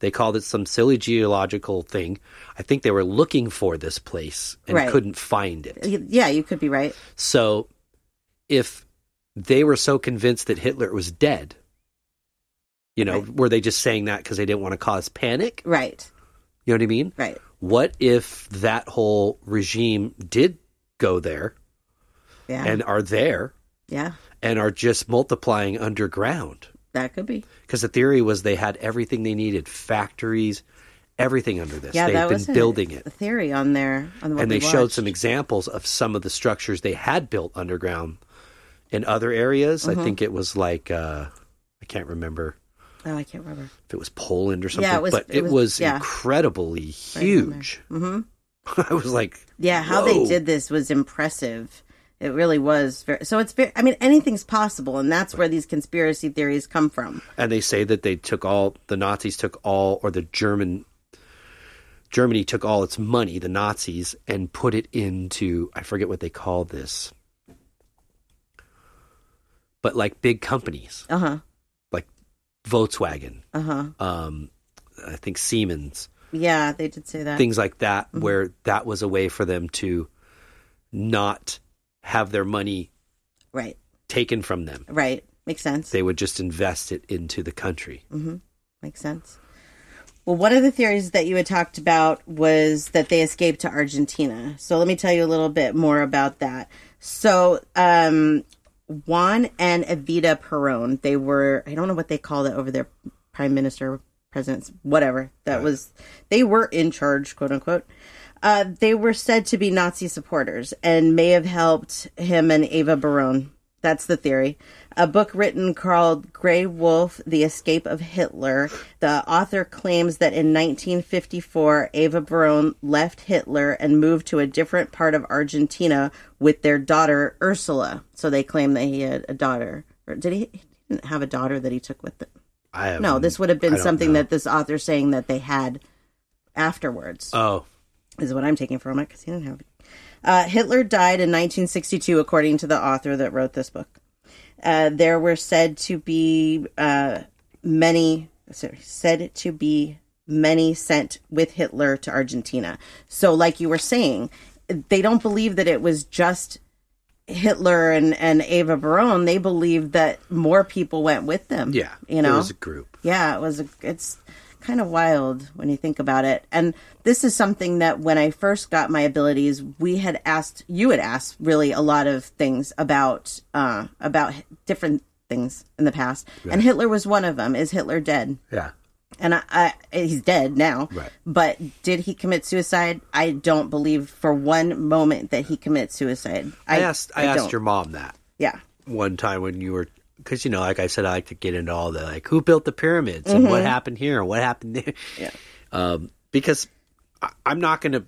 S2: They called it some silly geological thing. I think they were looking for this place and
S3: Right.
S2: couldn't find it.
S3: Yeah. You could be right.
S2: So, if they were so convinced that Hitler was dead, you know, were they just saying that because they didn't want to cause panic?
S3: Right.
S2: You know what I mean?
S3: Right.
S2: what if that whole regime did go there
S3: Yeah.
S2: and are there
S3: yeah.
S2: and are just multiplying underground?
S3: That could be.
S2: Because the theory was they had everything they needed factories, everything under this.
S3: Yeah.
S2: They've
S3: that
S2: been
S3: was a-
S2: building it.
S3: a theory on there. On what
S2: And
S3: we
S2: they showed
S3: watched.
S2: some examples of some of the structures they had built underground in other areas.
S3: Mm-hmm.
S2: I think it was like, uh, I can't remember
S3: Oh, I can't remember.
S2: if it was Poland or something,
S3: it was-
S2: but
S3: it
S2: it,
S3: was-
S2: was,
S3: yeah.
S2: incredibly
S3: Right in there.
S2: huge. [laughs] I was like,
S3: Yeah, how
S2: Whoa.
S3: they did this was impressive. It really was. Very, so it's very, I mean, anything's possible, and that's where these conspiracy theories come from.
S2: and they say that they took all the Nazis took all or the German Germany took all its money, the Nazis, and put it into I forget what they call this. But like big companies,
S3: Uh huh.
S2: like Volkswagen,
S3: Uh huh.
S2: um, I think Siemens,
S3: Yeah, Mm-hmm. they did say that.
S2: things like that, where that was a way for them to not have their money
S3: right.
S2: taken from them.
S3: Right. Makes sense.
S2: They would just invest it into the country.
S3: Mm-hmm. Makes sense. Well, one of the theories that you had talked about was that they escaped to Argentina. So let me tell you a little bit more about that. So, um, Juan and Evita Peron, they were, I don't know what they called it over there, prime minister, presidents, whatever. That was, they were in charge, quote unquote. Uh, they were said to be Nazi supporters and may have helped him and Eva Barone. That's the theory. A book written called Grey Wolf The Escape of Hitler. The author claims that in 1954, Eva Barone left Hitler and moved to a different part of Argentina with their daughter, Ursula. So they claim that he had a daughter, or did he, he didn't have a daughter that he took with him?
S2: I have
S3: No, this would have been
S2: I don't
S3: something
S2: know.
S3: that this author's saying that they had afterwards,
S2: Oh,
S3: is what I'm taking from it because he didn't have. Uh, Hitler died in 1962, according to the author that wrote this book. Uh, there were said to be uh, many, sorry, said to be many sent with Hitler to Argentina. So, like you were saying, they don't believe that it was just Hitler and and Eva Barone. They believe that more people went with them.
S2: yeah.
S3: you know,
S2: it was a group.
S3: yeah, it was. A, it's kind of wild when you think about it. And this is something that when I first got my abilities, we had asked you had asked really a lot of things about uh, about h- different things in the past, and Hitler was one of them. Is Hitler dead?
S2: Yeah.
S3: And I, I he's dead now.
S2: Right.
S3: But did he commit suicide? I don't believe for one moment that he commits suicide.
S2: I, asked I, asked
S3: don't.
S2: your mom that
S3: yeah.
S2: one time when you were because you know, like I said, I like to get into all the like who built the pyramids and what happened here and what happened there.
S3: Mm-hmm. Yeah.
S2: Um, because I, I'm not going to.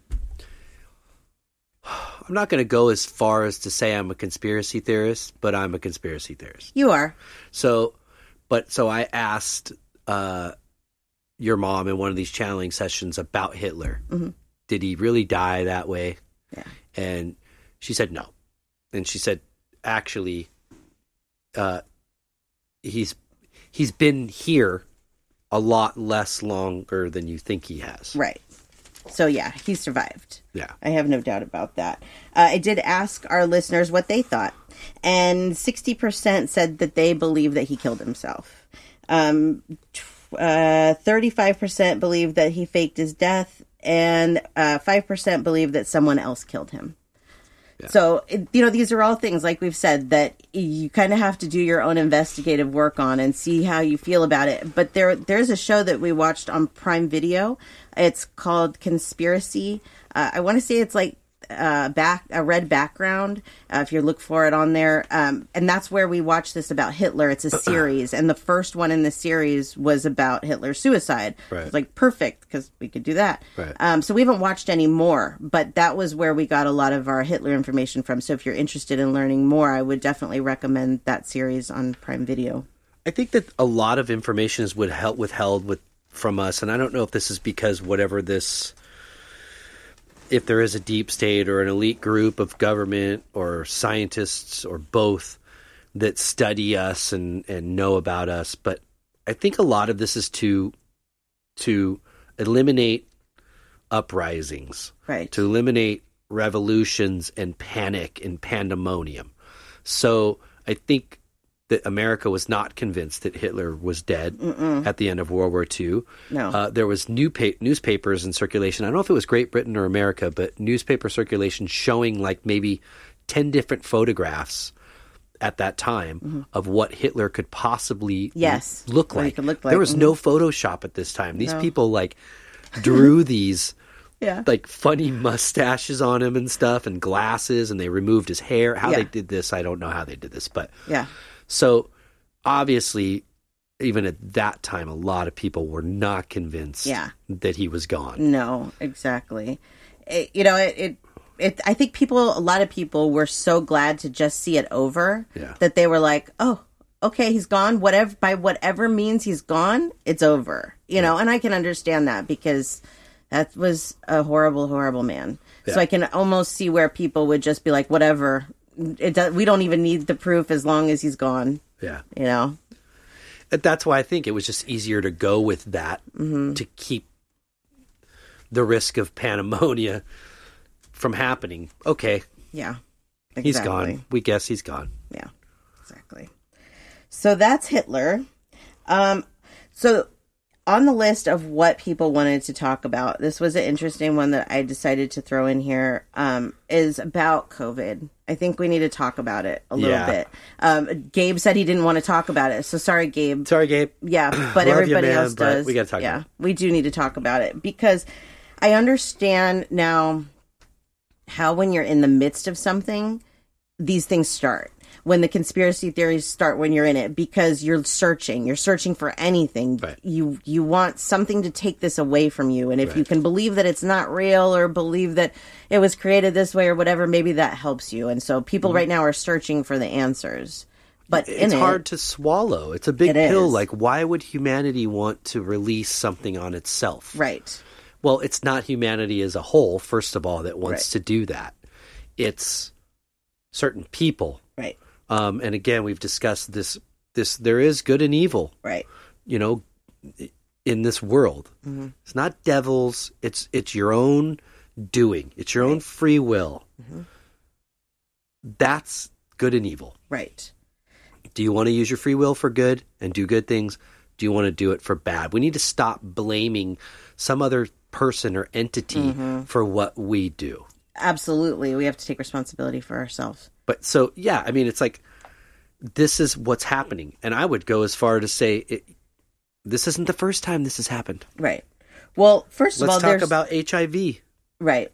S2: I'm not going to go as far as to say I'm a conspiracy theorist, but I'm a conspiracy theorist.
S3: You are.
S2: So, but so I asked uh, your mom in one of these channeling sessions about Hitler. Did he really die that way?
S3: Mm-hmm. Yeah.
S2: And she said no. And she said, actually, uh, he's he's been here a lot less longer than you think he has.
S3: Right. So yeah, he survived.
S2: Yeah.
S3: I have no doubt about that. Uh, I did ask our listeners what they thought, and 60% said that they believe that he killed himself. Um, tw- uh, 35% believe that he faked his death, and uh, 5% believe that someone else killed him. So, it- you know, these are all things, like we've said, that you kind of have to do your own investigative work on and see how you feel about it. But there, there's a show that we watched on Prime Video. It's called Conspiracy. Uh, I want to say it's like uh, back a red background uh, if you look for it on there. Um, and that's where we watched this about Hitler. It's a series, and the first one in the series was about Hitler's suicide.
S2: Right.
S3: It's like perfect because we could do that.
S2: Right.
S3: Um, so we haven't watched any more, but that was where we got a lot of our Hitler information from. So if you're interested in learning more, I would definitely recommend that series on Prime Video.
S2: I think that a lot of information is withheld, withheld with from us, and I don't know if this is because whatever this, if there is a deep state or an elite group of government or scientists or both that study us and and know about us, but I think a lot of this is to to eliminate uprisings
S3: Right.
S2: to eliminate revolutions and panic and pandemonium. So I think that America was not convinced that Hitler was dead at the end of World War II.
S3: No.
S2: Uh, there was new pa- newspapers in circulation. I don't know if it was Great Britain or America, but newspaper circulation showing like maybe 10 different photographs at that time of what Hitler could possibly
S3: Mm-hmm. Yes.
S2: look
S3: What he
S2: like.
S3: could look
S2: There
S3: like. Mm-hmm.
S2: was no Photoshop at this time. These people like drew [laughs] these
S3: Yeah.
S2: like funny mustaches on him and stuff and glasses and they removed his hair how they
S3: Yeah.
S2: did this i don't know how they did this but
S3: yeah.
S2: so obviously even at that time a lot of people were not convinced
S3: Yeah. Mm.
S2: that he was gone
S3: No, exactly. It, you know, it, it, it, I think people, a lot of people were so glad to just see it over
S2: Yeah.
S3: that they were like, oh, okay, he's gone. Whatever, by whatever means he's gone, it's over. You know, and I can understand that because that was a horrible, horrible man. So I can almost see where people would just be like, whatever. It does, we don't even need the proof as long as he's gone.
S2: yeah
S3: You know,
S2: And that's why i think it was just easier to go with that
S3: Mm-hmm.
S2: to keep the risk of pandemonia [laughs] from happening okay
S3: yeah.
S2: he's gone we guess he's gone
S3: Yeah, exactly. So that's Hitler. Um, so on the list of what people wanted to talk about, this was an interesting one that I decided to throw in here. Um, is about COVID. I think we need to talk about it a little
S2: Yeah.
S3: bit. Um, Gabe said he didn't want to talk about it, so sorry, Gabe.
S2: sorry gabe [clears throat]
S3: Yeah,
S2: Love
S3: but
S2: you,
S3: everybody
S2: man,
S3: else
S2: but
S3: does.
S2: we gotta talk
S3: Yeah,
S2: about
S3: we do need to talk about it because I understand now how when you're in the midst of something, these things start. When the conspiracy theories start when you're in it because you're searching, you're searching for anything.
S2: Right.
S3: You you want something to take this away from you, and if you can believe that it's not real or believe that it was created this way or whatever, maybe that helps you. And so people right now are searching for the answers But
S2: Mm-hmm. it's
S3: in
S2: hard
S3: it,
S2: to swallow. It's a big
S3: It
S2: pill.
S3: is.
S2: Like, why would humanity want to release something on itself?
S3: right?
S2: Well, it's not humanity as a whole, first of all, that wants
S3: Right.
S2: to do that. It's certain people.
S3: Right.
S2: Um, and again, we've discussed this. This there is good and evil,
S3: Right.
S2: you know, in this world.
S3: Mm-hmm.
S2: It's not devils. It's it's your own doing. It's your own free will.
S3: Mm-hmm.
S2: That's good and evil.
S3: Right.
S2: Do you want to use your free will for good and do good things? Do you want to do it for bad? We need to stop blaming some other person or entity
S3: Mm-hmm.
S2: for what we do.
S3: Absolutely. We have to take responsibility for ourselves.
S2: But so, yeah, I mean, it's like this is what's happening. And I would go as far to say it, this isn't the first time this has happened.
S3: Right. Well, 1st of
S2: Let's
S3: all,
S2: talk
S3: there's
S2: about HIV.
S3: right.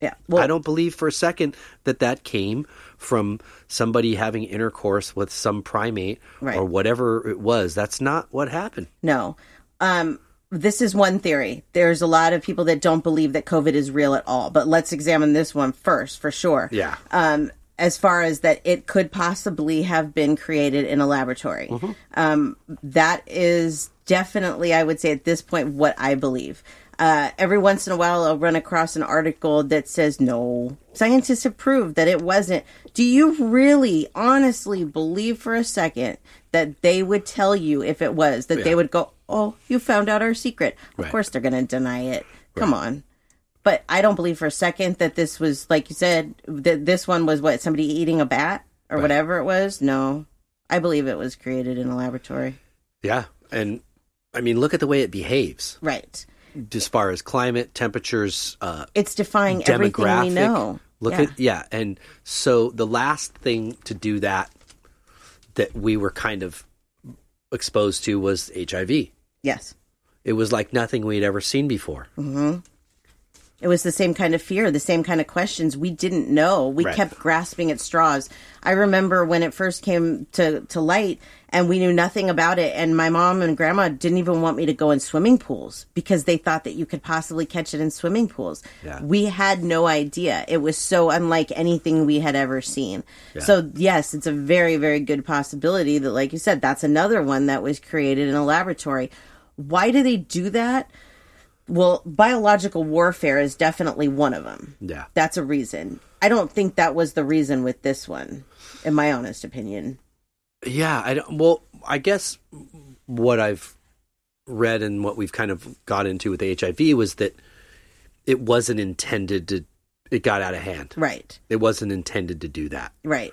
S3: Yeah. Well,
S2: I don't believe for a second that that came from somebody having intercourse with some primate
S3: Right.
S2: or whatever it was. That's not what happened.
S3: No. Um, this is one theory. There's a lot of people that don't believe that COVID is real at all, but let's examine this one first for sure.
S2: Yeah.
S3: Um, as far as that it could possibly have been created in a laboratory. Um, that is definitely, I would say at this point, what I believe. Uh, every once in a while, I'll run across an article that says, no, scientists have proved that it wasn't. Do you really, honestly believe for a second that they would tell you if it was, that they would go, oh, you found out our secret? Of
S2: Right.
S3: course, they're going to deny it. Come on but I don't believe for a second that this was like you said that this one was what somebody eating a bat or whatever it was. No, I believe it was created in a laboratory.
S2: Yeah. And I mean, look at the way it behaves
S3: Right.
S2: as far as climate, temperatures, uh,
S3: It's defying everything
S2: demographic.
S3: we know.
S2: Look
S3: yeah.
S2: at, yeah. And so the last thing to do that, that we were kind of exposed to was HIV.
S3: yes.
S2: It was like nothing we'd ever seen before.
S3: Mm-hmm. It was the same kind of fear, the same kind of questions. We didn't know. We
S2: Right.
S3: kept grasping at straws. I remember when it first came to, to light and we knew nothing about it. And my mom and grandma didn't even want me to go in swimming pools because they thought that you could possibly catch it in swimming pools.
S2: Yeah.
S3: We had no idea. It was so unlike anything we had ever seen. So, yes, it's a very, very good possibility that, like you said, that's another one that was created in a laboratory. Why do they do that? Well, biological warfare is definitely one of them.
S2: Yeah.
S3: That's a reason. I don't think that was the reason with this one, in my honest opinion.
S2: Yeah, I don't. Well, I guess what I've read and what we've kind of got into with HIV was that it wasn't intended to. It got out of hand.
S3: Right,
S2: It wasn't intended to do that,
S3: right.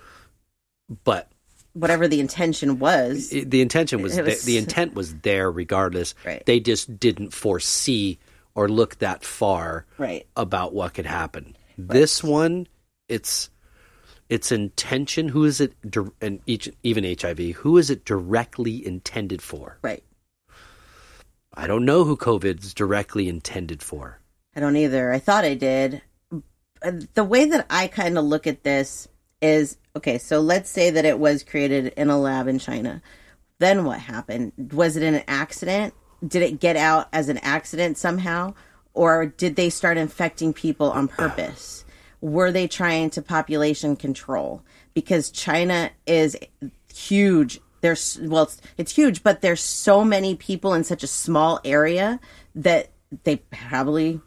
S2: but
S3: Whatever the intention was,
S2: it, the intention was,
S3: It
S2: the-
S3: was-
S2: the intent was there regardless.
S3: [laughs] Right.
S2: They just didn't foresee or look that far
S3: right,
S2: about what could happen. This one, it's its intention. Who is it? dir- And each even HIV. Who is it directly intended for?
S3: right.
S2: I don't know who COVID's directly intended for.
S3: I don't either. I thought I did. Uh, The way that I kind of look at this is okay, so let's say that it was created in a lab in China. Then what happened? Was it an accident? Did it get out as an accident somehow? Or did they start infecting people on purpose? Were they trying to population control? Because China is huge. There's, well, it's, it's huge, but there's so many people in such a small area that they probably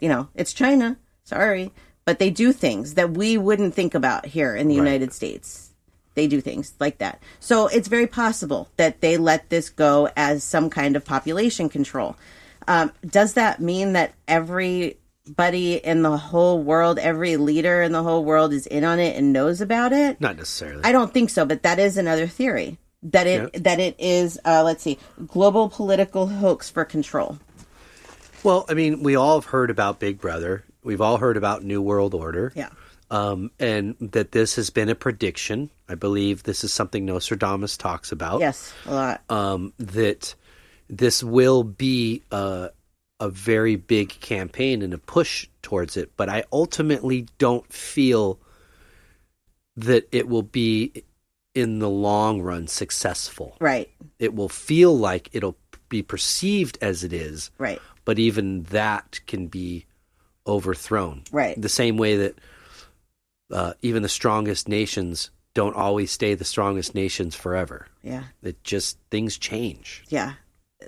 S3: you know, it's China. Sorry, but they do things that we wouldn't think about here in the United States. They do things like that. So it's very possible that they let this go as some kind of population control. Um, does that mean that everybody in the whole world, every leader in the whole world is in on it and knows about it?
S2: Not necessarily.
S3: I don't think so, but that is another theory that it that it is. Uh, let's see, global political hoax for control.
S2: well, I mean, we all have heard about Big Brother. We've all heard about New World Order.
S3: Yeah.
S2: Um, and that this has been a prediction. I believe this is something Nostradamus talks about.
S3: Yes, a lot.
S2: Um, that this will be a, a very big campaign and a push towards it. But I ultimately don't feel that it will be, in the long run, successful.
S3: right,
S2: it will feel like it'll be perceived as it is,
S3: right.
S2: but even that can be overthrown.
S3: Right.
S2: The same way that uh, even the strongest nations don't always stay the strongest nations forever.
S3: Yeah.
S2: It just things change.
S3: Yeah.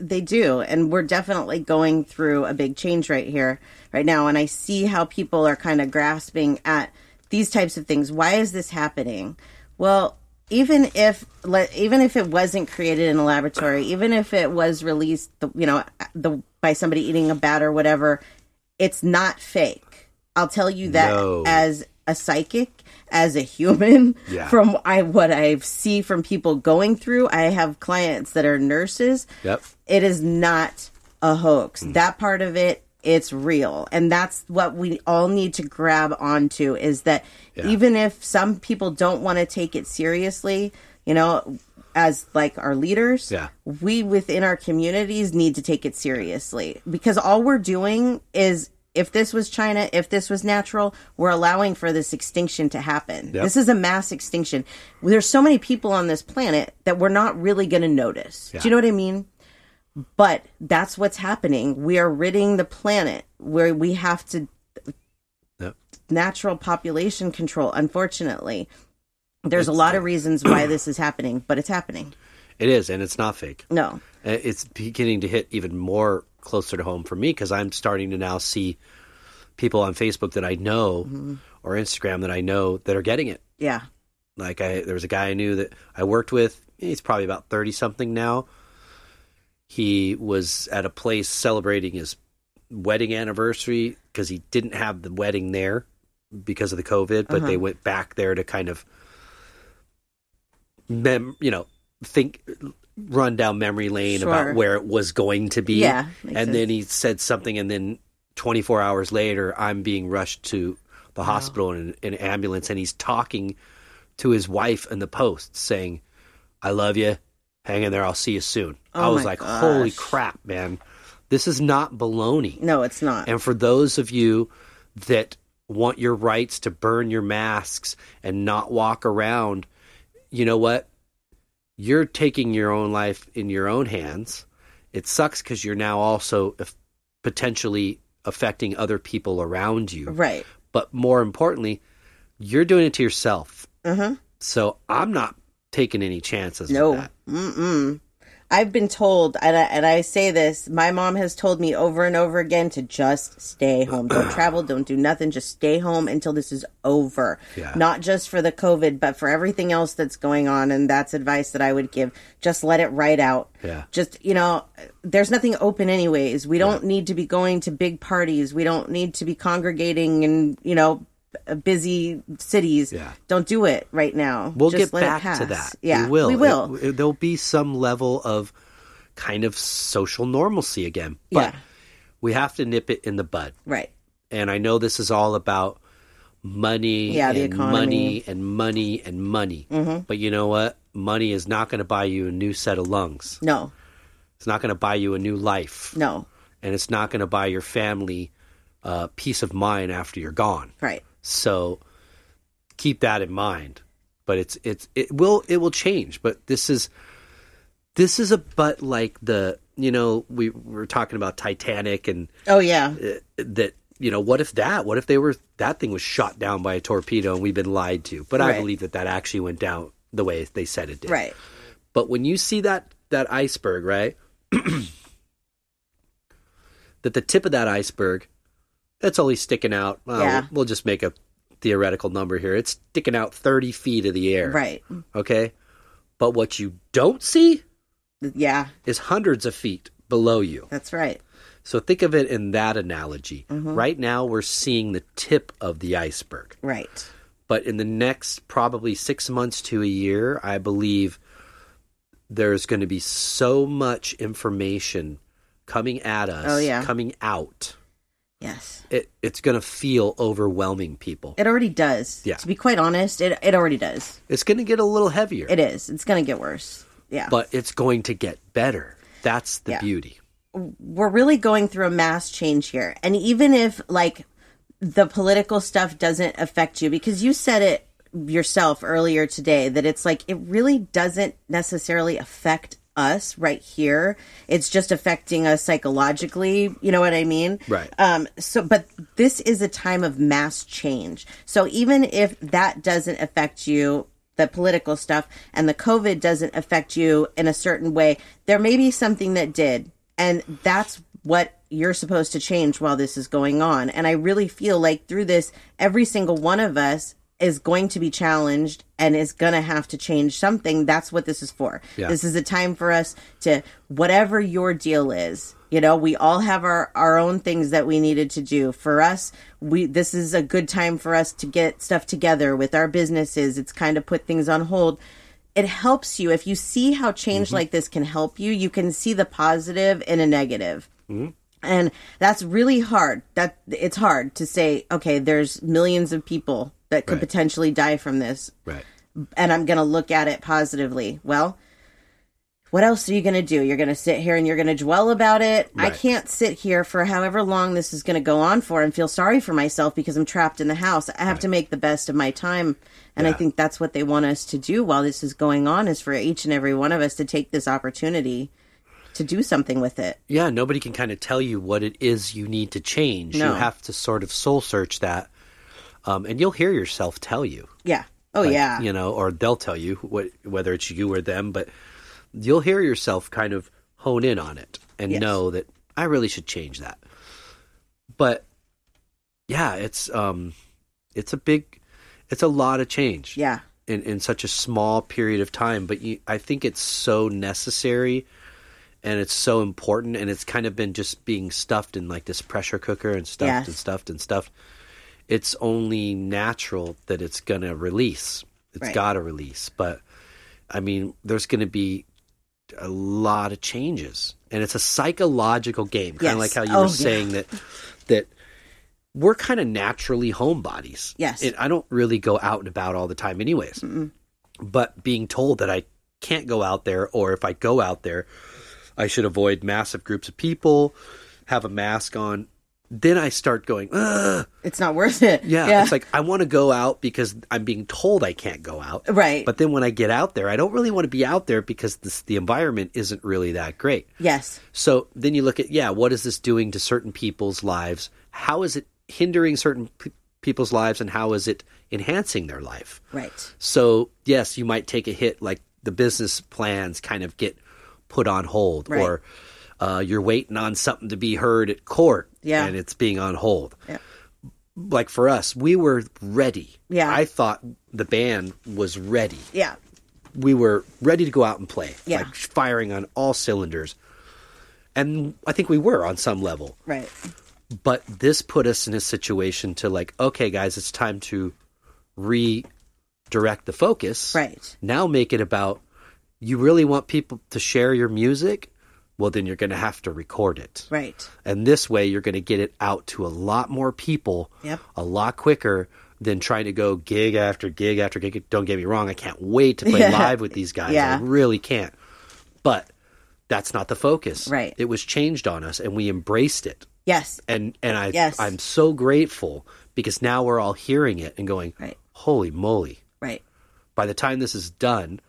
S3: They do. And we're definitely going through a big change right here, right now. And I see how people are kind of grasping at these types of things. Why is this happening? Well, even if let even if it wasn't created in a laboratory, even if it was released, the, you know, the by somebody eating a bat or whatever, it's not fake. I'll tell you that
S2: No.
S3: as a psychic, as a human, [laughs]
S2: Yeah.
S3: from I what I see from people going through. I have clients that are nurses.
S2: Yep.
S3: It is not a hoax. That part of it, it's real. And that's what we all need to grab onto is that even if some people don't want to take it seriously, you know, as like our leaders,
S2: Yeah.
S3: we within our communities need to take it seriously because all we're doing is if this was China, if this was natural, we're allowing for this extinction to happen.
S2: Yep.
S3: This is a mass extinction. There's so many people on this planet that we're not really going to notice. Do you know what I mean? But that's what's happening. We are ridding the planet where we have to
S2: Yep.
S3: natural population control, unfortunately. There's a lot of reasons why this is happening, but it's happening.
S2: It is, and it's not fake.
S3: No.
S2: Uh, It's beginning to hit even more closer to home for me because I'm starting to now see people on Facebook that I know or Instagram that I know that are getting it.
S3: Yeah.
S2: Like I, there was a guy I knew that I worked with. He's probably about thirty something now. He was at a place celebrating his wedding anniversary because he didn't have the wedding there because of the COVID, but they went back there to kind of, mem, you know, think, run down memory lane
S3: Sure.
S2: about where it was going to be.
S3: Yeah,
S2: and
S3: makes
S2: then he said something, and then twenty four hours later, I'm being rushed to the hospital in an ambulance, and he's talking to his wife in the post saying, I love you. Hang in there. I'll see you soon. I was
S3: Oh my
S2: like, holy
S3: gosh.
S2: crap, man. This is not baloney.
S3: No, it's not.
S2: And for those of you that want your rights to burn your masks and not walk around, you know what? You're taking your own life in your own hands. It sucks because you're now also if- potentially affecting other people around you
S3: right.
S2: but more importantly, you're doing it to yourself.
S3: Mhm.
S2: So I'm not taking any chances. with
S3: No.
S2: that.
S3: Mm-mm. I've been told, and I, and I say this, my mom has told me over and over again to just stay home.
S2: [clears throat]
S3: Don't travel. Don't do nothing. Just stay home until this is over.
S2: Yeah.
S3: Not just for the COVID, but for everything else that's going on. And that's advice that I would give. Just let it ride out.
S2: Yeah.
S3: Just, you know, there's nothing open anyways. We don't need to be going to big parties. We don't need to be congregating in, you know, b- busy cities.
S2: Yeah.
S3: Don't do it right now.
S2: We'll get
S3: Just let it
S2: back to
S3: pass.
S2: that.
S3: Yeah.
S2: we will.
S3: We will.
S2: It- it- there'll be some level of kind of social normalcy again. But
S3: Yeah.
S2: we have to nip it in the bud.
S3: Right.
S2: And I know this is all about money
S3: Yeah,
S2: and
S3: the Mm-hmm.
S2: money and money and money. But you know what? Money is not going to buy you a new set of lungs.
S3: No,
S2: It's not going to buy you a new life.
S3: no,
S2: and it's not going to buy your family uh, peace of mind after you're gone.
S3: right.
S2: So keep that in mind. But it's it's it will it will change. But this is this is a but like the you know we were talking about Titanic and
S3: Oh yeah,
S2: uh, that you know what if that what if they were that thing was shot down by a torpedo and we've been lied to. But
S3: Right.
S2: I believe that that actually went down the way they said it did.
S3: right.
S2: But when you see that that iceberg, right? [clears throat] that the tip of that iceberg, that's only sticking out. uh, Well,
S3: Yeah.
S2: We'll just make a theoretical number here. It's sticking out thirty feet of the air.
S3: Right.
S2: Okay. But what you don't see
S3: Yeah,
S2: is hundreds of feet below you.
S3: that's right.
S2: So think of it in that analogy.
S3: Mm-hmm.
S2: Right now we're seeing the tip of the iceberg
S3: Right.
S2: but in the next probably six months to a year, I believe there's going to be so much information coming at us,
S3: Oh, yeah.
S2: coming out.
S3: Yes.
S2: It, it's going to feel overwhelming, people.
S3: It already does.
S2: Yeah.
S3: To be quite honest, it it already does.
S2: It's going to get a little heavier,
S3: It is. It's gonna get worse. Yeah.
S2: but it's going to get better. That's the
S3: Yeah.
S2: beauty.
S3: we're really going through a mass change here. And even if like the political stuff doesn't affect you, because you said it yourself earlier today that it's like it really doesn't necessarily affect us right here. It's just affecting us psychologically. You know what I mean?
S2: Right.
S3: Um, so, but this is a time of mass change. So even if that doesn't affect you the political stuff and the COVID doesn't affect you in a certain way, there may be something that did. And that's what you're supposed to change while this is going on. And I really feel like through this, every single one of us is going to be challenged and is going to have to change something. That's what this is for.
S2: Yeah.
S3: This is a time for us to, whatever your deal is, you know, we all have our, our own things that we needed to do. For us, we this is a good time for us to get stuff together with our businesses. It's kind of put things on hold it helps you if you see how change like this can help you you can see the positive in a negative and that's really hard that it's hard to say okay there's millions of people that could
S2: Right.
S3: potentially die from this
S2: Right.
S3: and i'm going to look at it positively well what else are you going to do you're going to sit here and you're going to dwell about it i
S2: Right.
S3: can't sit here for however long this is going to go on for and feel sorry for myself because i'm trapped in the house i have to make the best of my time and i
S2: Yeah.
S3: think that's what they want us to do while this is going on is for each and every one of us to take this opportunity to do something with it
S2: yeah, nobody can kind of tell you what it is you need to change.
S3: No.
S2: You have to sort of soul search that, um, and you'll hear yourself tell you.
S3: yeah oh
S2: Like,
S3: yeah
S2: you know, or they'll tell you what, whether it's you or them, but you'll hear yourself kind of hone in on it and
S3: Yes.
S2: know that I really should change that. But yeah, it's um, it's a big, it's a lot of change
S3: yeah
S2: in, in such a small period of time. But you, I think it's so necessary and it's so important. And it's kind of been just being stuffed in like this pressure cooker and stuffed
S3: Yes.
S2: and stuffed and stuffed. It's only natural that it's going to release. It's
S3: Right.
S2: got to release. But I mean, there's going to be a lot of changes. And it's a psychological game, kind
S3: Yes.
S2: of like how you
S3: Oh,
S2: were
S3: yeah.
S2: saying that that we're kind of naturally homebodies.
S3: Yes.
S2: And I don't really go out and about all the time, anyways. But being told that I can't go out there, or if I go out there, I should avoid massive groups of people, have a mask on. Then I start going, Ugh,
S3: it's not worth it
S2: yeah. It's like I want to go out because I'm being told I can't go out.
S3: [laughs] right
S2: But then when I get out there, I don't really want to be out there because this, the environment isn't really that great.
S3: yes
S2: So then you look at, yeah, what is this doing to certain people's lives? How is it hindering certain p- people's lives and how is it enhancing their life?
S3: right
S2: So, yes, you might take a hit like the business plans kind of get put on hold
S3: Right.
S2: or uh, you're waiting on something to be heard at court
S3: Yeah.
S2: and it's being on hold.
S3: Yeah.
S2: Like for us, we were ready.
S3: Yeah.
S2: I thought the band was ready
S3: yeah
S2: we were ready to go out and play,
S3: Yeah.
S2: like firing on all cylinders. And I think we were on some level,
S3: right
S2: but this put us in a situation to like, okay, guys, it's time to redirect the focus.
S3: Right.
S2: Now make it about you really want people to share your music? Well, then you're going to have to record it.
S3: right
S2: And this way, you're going to get it out to a lot more people
S3: Yep.
S2: a lot quicker than trying to go gig after gig after gig. Don't get me wrong, I can't wait to play
S3: Yeah.
S2: live with these guys.
S3: Yeah.
S2: I really can't. But that's not the focus.
S3: Right.
S2: It was changed on us and we embraced it.
S3: yes
S2: And and I
S3: Yes.
S2: I'm so grateful because now we're all hearing it and going,
S3: Right.
S2: "Holy moly.
S3: right
S2: By the time this is done,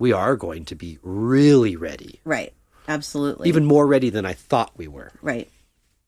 S2: we are going to be really ready.
S3: right absolutely
S2: Even more ready than I thought we were."
S3: Right.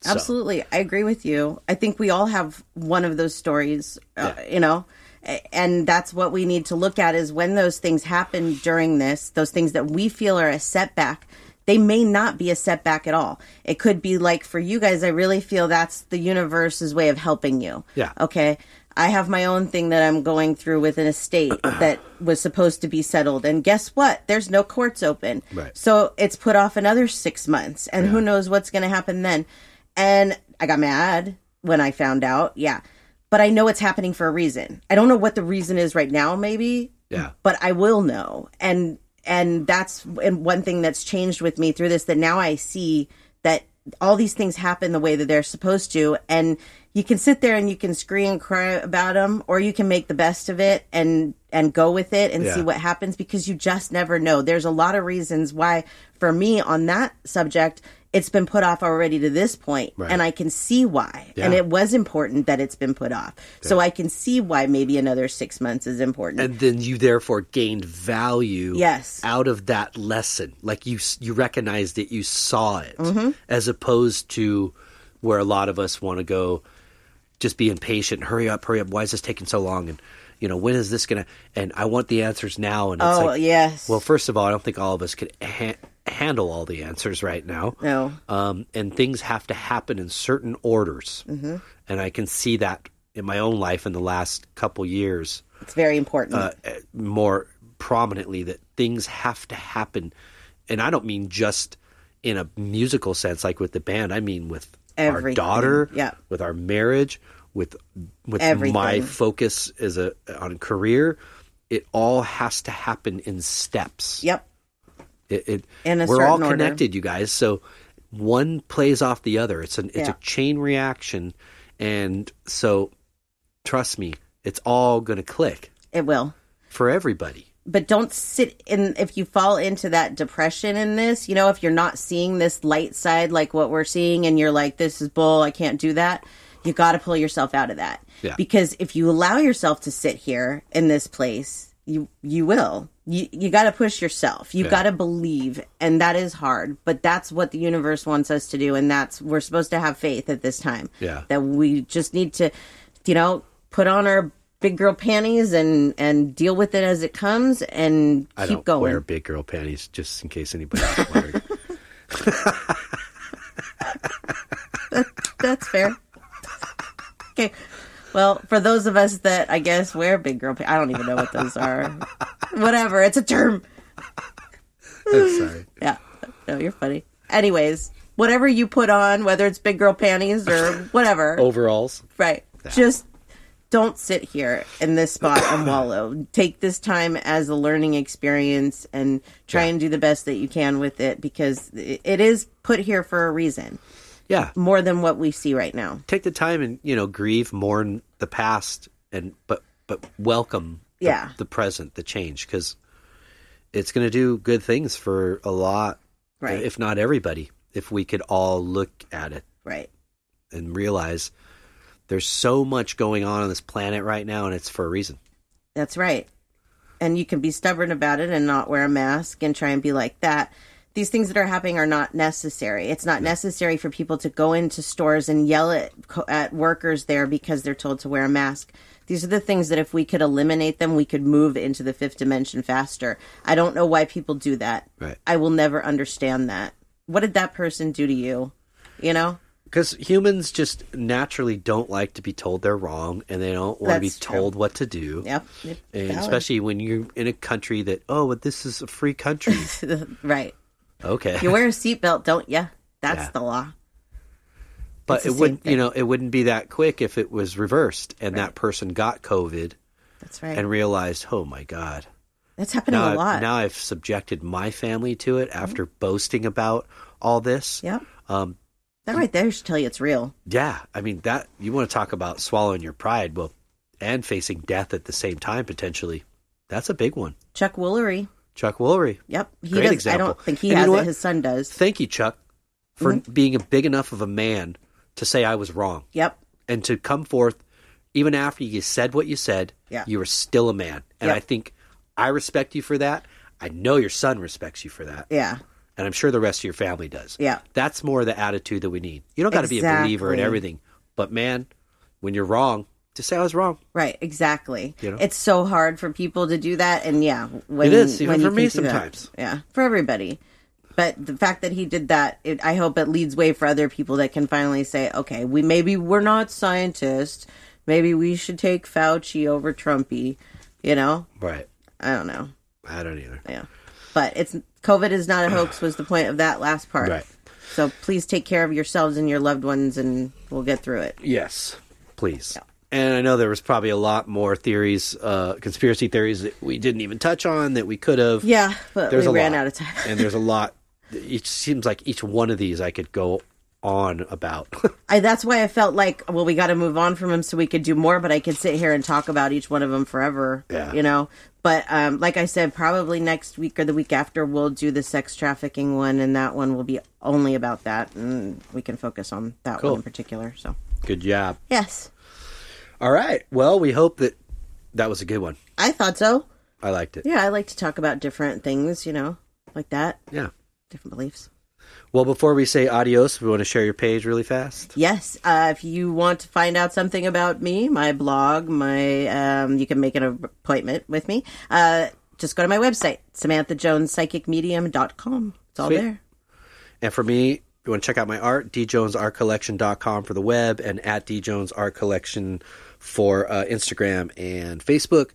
S3: Absolutely. I agree with you. I think we all have one of those stories, uh, you know, a- and that's what we need to look at is when those things happen during this, those things that we feel are a setback, they may not be a setback at all. It could be like for you guys, I really feel that's the universe's way of helping you.
S2: Yeah.
S3: Okay. I have my own thing that I'm going through with an
S2: [clears throat]
S3: estate that was supposed to be settled. And guess what? There's no courts open.
S2: Right.
S3: So it's put off another six months, and who knows what's going to happen then. And I got mad when I found out. Yeah. But I know it's happening for a reason. I don't know what the reason is right now, maybe.
S2: Yeah.
S3: But I will know. And and that's and one thing that's changed with me through this that now I see that all these things happen the way that they're supposed to and you can sit there and you can scream and cry about them or you can make the best of it and and go with it and see
S2: Yeah.
S3: what what happens because you just never know. There's a lot of reasons why, for me, on that subject, it's been put off already to this point,
S2: Right.
S3: and I can see why. And
S2: Yeah.
S3: it was important that it's been put off, so I can see why maybe another six months is important.
S2: and then you therefore gained value
S3: Yes.
S2: out of that lesson like you you recognized it you saw it
S3: Mm-hmm.
S2: as opposed to where a lot of us want to go just be impatient hurry up hurry up why is this taking so long and you know, when is this going to, and I want the answers now. And it's
S3: Oh,
S2: like,
S3: yes.
S2: well, first of all, I don't think all of us could ha- handle all the answers right now.
S3: No.
S2: Um, and things have to happen in certain orders. Mm-hmm. And I can see that in my own life in the last couple years
S3: it's very important.
S2: uh, more prominently that things have to happen and i don't mean just in a musical sense like with the band i mean with
S3: Everything.
S2: our daughter
S3: Yeah.
S2: with our marriage with with
S3: Everything.
S2: my focus as a on career it all has to happen in steps
S3: yep.
S2: it, it
S3: In a
S2: we're all
S3: certain order.
S2: connected, you guys. So one plays off the other. It's an it's
S3: Yeah.
S2: a chain reaction, and so trust me, it's all going to click
S3: It will.
S2: for everybody.
S3: but don't sit in if you fall into that depression in this you know if you're not seeing this light side like what we're seeing and you're like this is bull i can't do that you got to pull yourself out of that
S2: Yeah.
S3: because if you allow yourself to sit here in this place you you will you, you got to push yourself you got to believe and that is hard but that's what the universe wants us to do and that's we're supposed to have faith at this time
S2: Yeah.
S3: that we just need to you know put on our big girl panties and and deal with it as it comes and
S2: I
S3: keep
S2: don't
S3: going
S2: wear big girl panties, just in case anybody's wondering. [laughs] [laughs]
S3: that's fair okay well for those of us that i guess wear big girl pa- i don't even know what those are whatever it's a term
S2: I'm sorry.
S3: yeah no you're funny anyways whatever you put on whether it's big girl panties or
S2: Oh,
S3: whatever
S2: Overalls.
S3: Right. Just don't sit here in this spot and wallow. Take this time as a learning experience and try and do the best that you can with it because i- it is put here for a reason,
S2: Yeah.
S3: more than what we see right now.
S2: Take the time and you know grieve, mourn the past, and but but welcome. the-
S3: Yeah.
S2: The present, the change, because it's going to do good things for a lot
S3: Right.
S2: if not everybody, if we could all look at it
S3: right.
S2: and realize there's so much going on on this planet right now, and it's for a reason.
S3: That's right. And you can be stubborn about it and not wear a mask and try and be like that. These things that are happening are not necessary. It's not necessary for people to go into stores and yell at co- at workers there because they're told to wear a mask. These are the things that if we could eliminate them, we could move into the fifth dimension faster. I don't know why people do that.
S2: Right.
S3: I will never understand that. What did that person do to you? You know?
S2: Because humans just naturally don't like to be told they're wrong, and they don't want to be
S3: That's true.
S2: told what to do.
S3: Yep.
S2: And
S3: Valid.
S2: especially when you're in a country that, oh, but this is a free
S3: [laughs]
S2: country.
S3: right.
S2: Okay.
S3: You wear a seatbelt, don't you? That's
S2: Yeah.
S3: the law.
S2: but
S3: it's the
S2: it
S3: same
S2: would,
S3: thing.
S2: you know, it wouldn't be that quick if it was reversed and that person got COVID
S3: That's right.
S2: and realized, oh my God,
S3: That's happening
S2: now,
S3: a lot. Mm-hmm.
S2: I've, now I've subjected my family to it after boasting about all this.
S3: Yep.
S2: Um,
S3: That right there should tell you it's real.
S2: yeah. I mean, that you want to talk about swallowing your pride, well, and facing death at the same time potentially. That's a big one.
S3: Chuck Woolery.
S2: Chuck Woolery.
S3: Yep. He
S2: Great
S3: does
S2: example.
S3: I don't think he
S2: And you
S3: has
S2: know
S3: it,
S2: what?
S3: his son does.
S2: Thank you, Chuck, for
S3: Mm-hmm.
S2: being a big enough of a man to say I was wrong.
S3: Yep.
S2: and to come forth even after you said what you said
S3: Yeah.
S2: you were still a man and
S3: Yeah.
S2: i think i respect you for that i know your son respects you for that
S3: Yeah.
S2: and i'm sure the rest of your family does
S3: Yeah.
S2: that's more the attitude that we need you don't got to be a believer in
S3: Exactly.
S2: everything but man when you're wrong just say i was wrong
S3: Right, exactly.
S2: You know?
S3: It's so hard for people to do that and yeah, when
S2: It is, even
S3: when
S2: for
S3: you
S2: me
S3: can do that.
S2: sometimes.
S3: Yeah, for everybody. But the fact that he did that, it, I hope it leads way for other people that can finally say, okay, we maybe we're not scientists. Maybe we should take Fauci over Trumpy. You know,
S2: right
S3: I don't know.
S2: i don't either
S3: Yeah. But it's COVID is not a hoax was the point of that last part.
S2: Right.
S3: So please take care of yourselves and your loved ones and we'll get through it.
S2: yes please and i know there was probably a lot more theories uh conspiracy theories that we didn't even touch on that we could have
S3: Yeah, but
S2: there's a
S3: we ran
S2: lot.
S3: out of time.
S2: and
S3: [laughs]
S2: there's a lot. It seems like each one of these I could go on about. [laughs]
S3: I, that's why I felt like, well, we got to move on from him so we could do more, but I could sit here and talk about each one of them forever.
S2: Yeah.
S3: You know? But um, like I said, probably next week or the week after, we'll do the sex trafficking one, and that one will be only about that. And we can focus on that
S2: Cool.
S3: one in particular. So,
S2: good job.
S3: yes,
S2: All right. Well, we hope that that was a good one.
S3: I thought so.
S2: I liked it.
S3: Yeah, I like to talk about different things, you know, like that.
S2: Yeah.
S3: different beliefs.
S2: Well, before we say adios, we want to share your page really fast.
S3: Yes, uh, if you want to find out something about me, my blog, my um, you can make an appointment with me. Uh, just go to my website, SamanthaJonesPsychicMedium.com. It's all
S2: Sweet.
S3: there.
S2: And for me, if you want to check out my art, djonesartcollection.com for the web and at djonesartcollection for uh, Instagram and Facebook.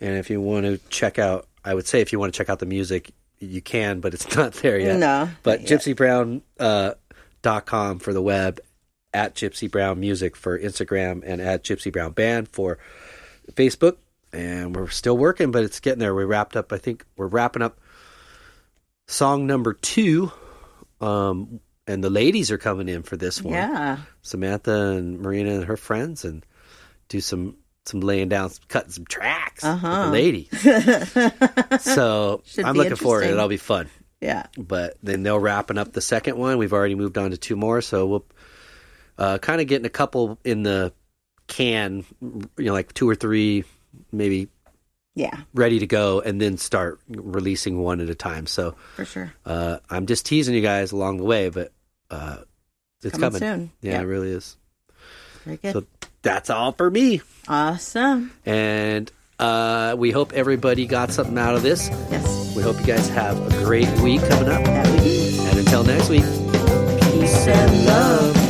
S2: And if you want to check out, I would say if you want to check out the music, you can, but it's [laughs] not there yet.
S3: No,
S2: But
S3: not yet.
S2: gypsybrown.com uh, dot com for the web, at Gypsy Brown Music for Instagram, and at Gypsy Brown Band for Facebook. And we're still working, but it's getting there. We wrapped up, I think we're wrapping up song number two. Um, and the ladies are coming in for this one.
S3: Yeah. [laughs]
S2: Samantha and Marina and her friends and do some some laying down, cutting some tracks with the
S3: [laughs]
S2: ladies. so
S3: Uh-huh. Should
S2: I'm
S3: be
S2: looking forward to it.
S3: interesting.
S2: It'll be fun.
S3: Yeah.
S2: But then they'll wrapping up the second one. We've already moved on to two more, so we'll uh, kind of getting a couple in the can, you know, like two or three, maybe
S3: Yeah,
S2: ready to go, and then start releasing one at a time. So
S3: for sure.
S2: uh, I'm just teasing you guys along the way, but uh, it's
S3: Coming
S2: coming.
S3: soon.
S2: Yeah,
S3: Yeah.
S2: it really is.
S3: Very good.
S2: So that's all for me.
S3: awesome.
S2: And uh, we hope everybody got something out of this.
S3: Yes.
S2: We hope you guys have a great week coming up.
S3: That we do.
S2: And until next week,
S3: Peace and love.